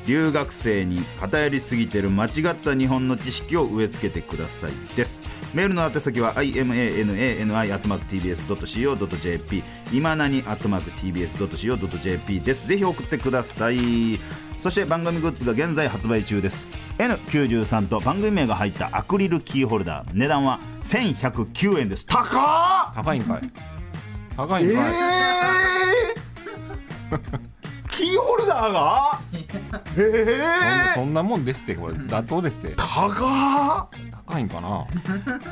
留学生に偏りすぎてる間違った日本の知識を植え付けてくださいですメールの宛先は imanani.tbs.co.jp 今なに .tbs.co.jp ですぜひ送ってくださいそして番組グッズが現在発売中です N93 と番組名が入ったアクリルキーホルダー値段は1109円です高っ高いんかい高いえんえかい、ー、 (laughs) キーホルダーがえそんなえー、そんなもんですってこれ妥当ですって高っ高いんかな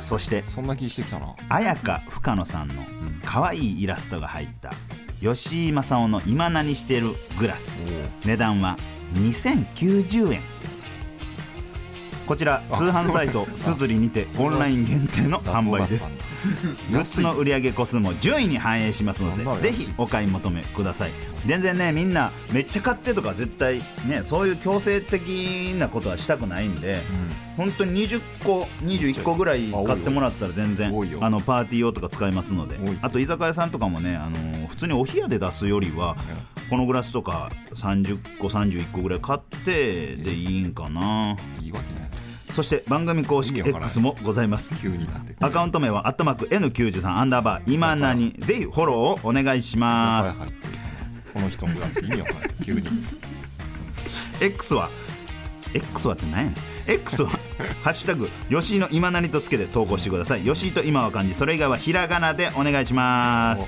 そしてそんな気してきたな綾香深野さんの可愛いイラストが入った吉井正夫の今何してるグラス値段は2090円こちら通販サイ (laughs) トすずりにてオンライン限定の販売ですグッズの売上個数も順位に反映しますのなんだでぜひお買い求めください全然ねみんなめっちゃ買ってとか絶対ねそういう強制的なことはしたくないんで、本当に20個21個ぐらい買ってもらったら全然多いよあのパーティー用とか使えますので多いよあと居酒屋さんとかもね、あのー普通にお冷やで出すよりはこのグラスとか30個31個ぐらい買ってでいいんかなうんいいわけないそして番組公式意味わからん X もございます急になってアカウント名は「アットマーク N93 アンダーバー今何」ぜひフォローをお願いします入ってるこの人のグラス意味わかんない急に X は X はって何やねん X (laughs) は「ハッシュタグ吉井の今何」とつけて投稿してください吉井と今は漢字それ以外はひらがなでお願いします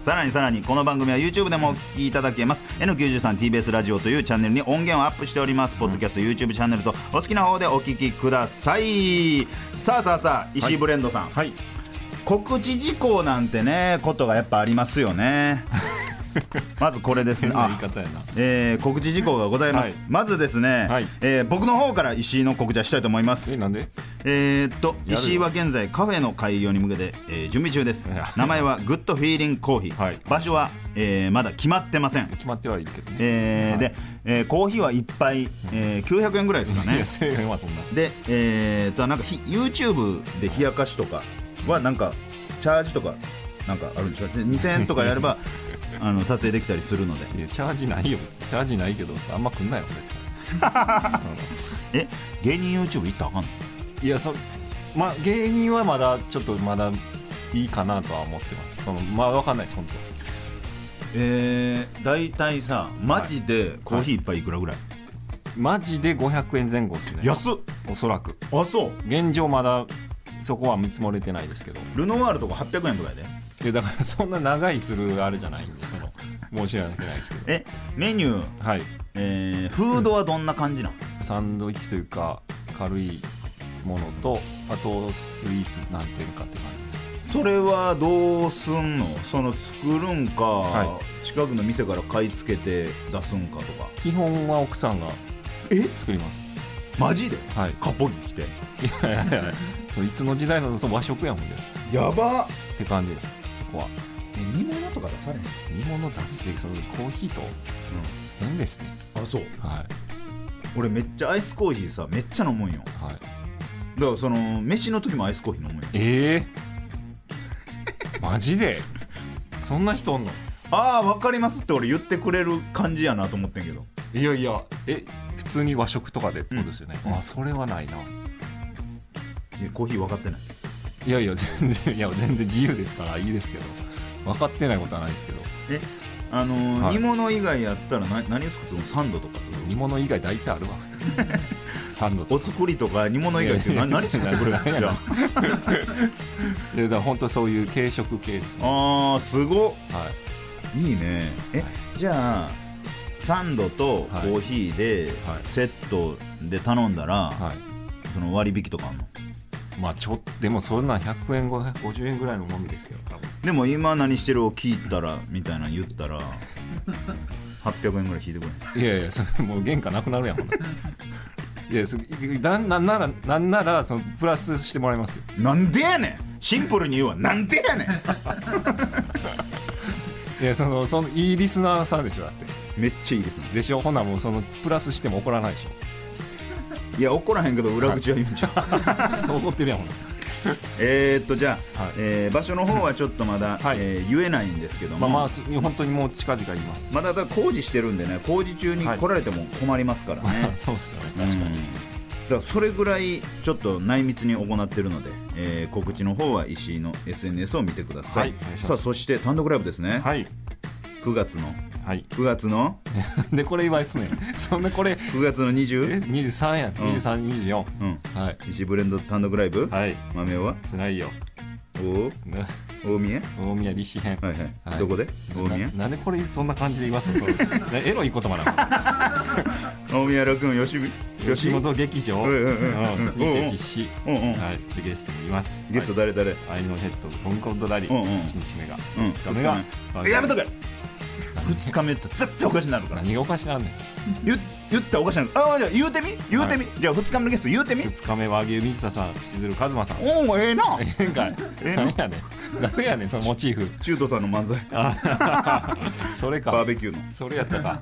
さらにさらにこの番組は YouTube でもお聞きいただけます N93TBS ラジオというチャンネルに音源をアップしておりますポッドキャスト YouTube チャンネルとお好きな方でお聞きくださいさあさあさあ石井ブレンドさん、はい告知事項なんてねことがやっぱありますよ (laughs) ねまずこれですね変なあ言い方やなえー告知事項がございます、はいまずですね、はいえー僕の方から石井の告知はしたいと思いまえすなんでえーっとやるよ石井は現在カフェの開業に向けて、えー準備中ですいや名前はグッドフィーリングコーヒー、はい場所は、えーまだ決まってません、決まってはいるけどねえーはいで、えーコーヒーは一杯、えー900円ぐらいですかいねや1000円はそんなでえーっとなんかひ YouTube で冷やかしとかはなんかチャージとかなんかあるんでしょで2000円とかやれ (laughs) ばあの撮影できたりするのでいやチャージないよ別にチャージないけどあんまくんないよえ芸人 YouTube 行ったらあかんの俺いやそまあ芸人はまだちょっとまだいいかなとは思ってますそのまあわかんないです本えー、大体さマジでコーヒー一杯いくらぐらい、当マジで500円前後ですね安っおそらくあそう現状まだそこは見積もれてないですけどルノワールとか800円ぐらいででだからそんな長いするあれじゃないんでその申し訳ないですけどえメニュー、はいえー、フードはどんな感じなの、サンドイッチというか軽いものとあとスイーツ何点かって感じですそれはどうすんのその作るんか、は近くの店から買い付けて出すんかとか基本は奥さんがえ作りますマジではいカポギ来ていやいやいやそういつの時代のそう和食やもんねやばって感じですそこはえ煮物とか出されへん煮物出してそのコーヒーと何ですねあそうはい俺めっちゃアイスコーヒーさめっちゃ飲むんよはいだからその飯の時もアイスコーヒー飲むんよええ (laughs) マジでそんな人おんのああ分かりますって俺言ってくれる感じやなと思ってんけどいやいやえ普通に和食とかでってことですよね、あそれはないなコーヒー分かってないいやいや全然いや全然自由ですからいいですけど分かってないことはないですけどあのーはい煮物以外やったらな何を作ってもサンドとかってこと煮物以外大体 (laughs) あるわサンドとお作りとか煮物以外って何何作ってくれ (laughs) るのじゃあでだから本当そういう軽食系ですねあーすごっはいいいねえ、はじゃあサンドとコーヒーではいはいセットで頼んだら、はいその割引とかあんのまあちょっとでもそんなん100円550円ぐらいののみですよ多分でも今何してるを聞いたらみたいなの言った (laughs) ら800円ぐらい引いてくれいやいやそれもう原価なくなるやんほんなら (laughs) いやそなんなんならなんならそのプラスしてもらいますよなんでやねんシンプルに言うわなんでやねんいやそのそのいいリスナーさんでしょだってめっちゃいいですねでしょほなもうそのプラスしても怒らないでしいや怒らへんけど裏口は言うんちゃう、ょ (laughs) 怒ってるやんほなえーっとじゃあ、はいえー場所の方はちょっとまだ、はいえー言えないんですけども、まあまあす本当にもう近々言います、まだだ工事してるんでね工事中に来られても困りますからね、そうっすよねうん確かだに、からそれぐらいちょっと内密に行ってるので、えー告知の方は石井の SNS を見てください、はいお願いしますさあそして単独ライブですね、はい9月のはい (laughs) 9月のでこれ祝いっすね (laughs) そんなこれ9月のえ20、 23やんん2324、うん、はい石井ブレンド単独ライブ、はい豆はつらいよ (laughs) おな大宮大宮利子編はいはい、はいどこで大な宮なんでこれそんな感じで言いますのそれなエロい言葉な大宮六軍吉見 (laughs) の吉見本劇場うんうんうんうんに劇しうんうん、はいでゲストもいますゲストだ誰誰、アイノヘッドコンコンドラリーうんうん1日目がうん2日目が二やめとけ2日目って絶対おかしになるから何がおかしなんねん言言ったらおかしなるああじゃあ言うてみ言うてみ、じゃあ2日目のゲスト言うてみ2日目和牛水田さんしずる和馬さんおおええななんかええの何やねん何やねんそのモチーフ中途さんの (laughs) 漫才それバかーベキューのそれやったか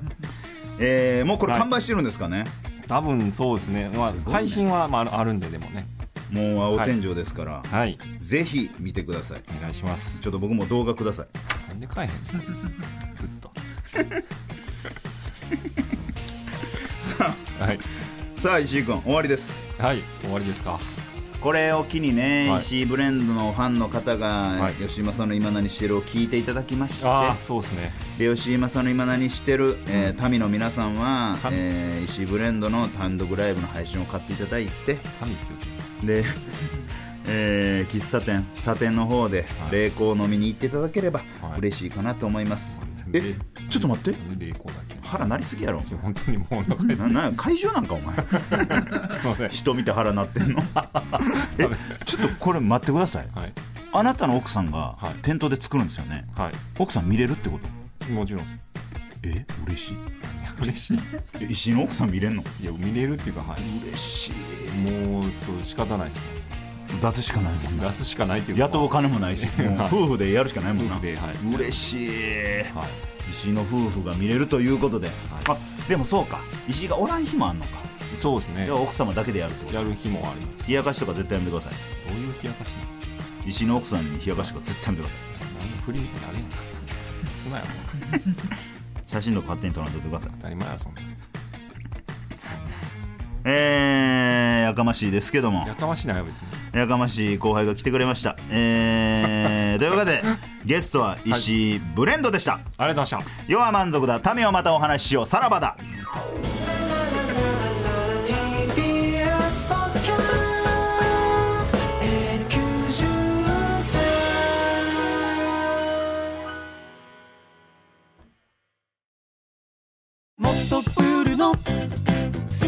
えー、もうこれはい完売してるんですかね、多分そうですねまあすごいね配信はまああるんででもねもう青天井ですから、はいぜひ見てくださいお願いしますちょっと僕も動画ください (laughs) なんでかいへんのずっとはいさあ石井君終わりですはい終わりですかこれを機にね、はい石井ブレンドのファンの方が、はい吉井さんの今何してるを聞いていただきましてああそうですねで吉井さんの今何してる、えー民の皆さんは、民えー石井ブレンドの単独ライブの配信を買っていただいて神って言うで、 (laughs) えー喫茶店茶店の方ではい霊光を飲みに行っていただければはい嬉しいかなと思います、とえちょっと待ってなんで霊光だっけ腹なりすぎやろちょ本当にもうお腹なな怪獣なんかお前 (laughs) すいません人見て腹なってんの (laughs) え (laughs) ちょっとこれ待ってくださいはいあなたの奥さんがはい店頭で作るんですよねは奥さん見れるってこといもちろんですえ嬉しい嬉しいえ石井の奥さん見れんのいや見れるっていうかはい嬉しいもうそう仕方ないですね出すしかないもんな出すしかないっていうか雇う金も (laughs) ないしもう夫婦でやるしかないもんな夫婦ではい嬉しいはい石井の夫婦が見れるということで、あでもそうか石井がおらん日もあんのかそうですねじゃあ奥様だけでやるってことやる日もあります冷やかしとか絶対やめてくださどういう冷やかしい石井の奥さんに冷やかしとか絶対やめてくださいなんで振りみたいになれんのすなよ写真とか勝手に撮らせてください当たり前やそんなえー、やかましいですけどもやかましいなよ別にやかましい後輩が来てくれましたえー、(laughs) ということでゲストは石井ブレンドでした、ありがとうございました世は満足だ民をまたお話ししようさらばだ TBS ポッドキャストもっとプールのス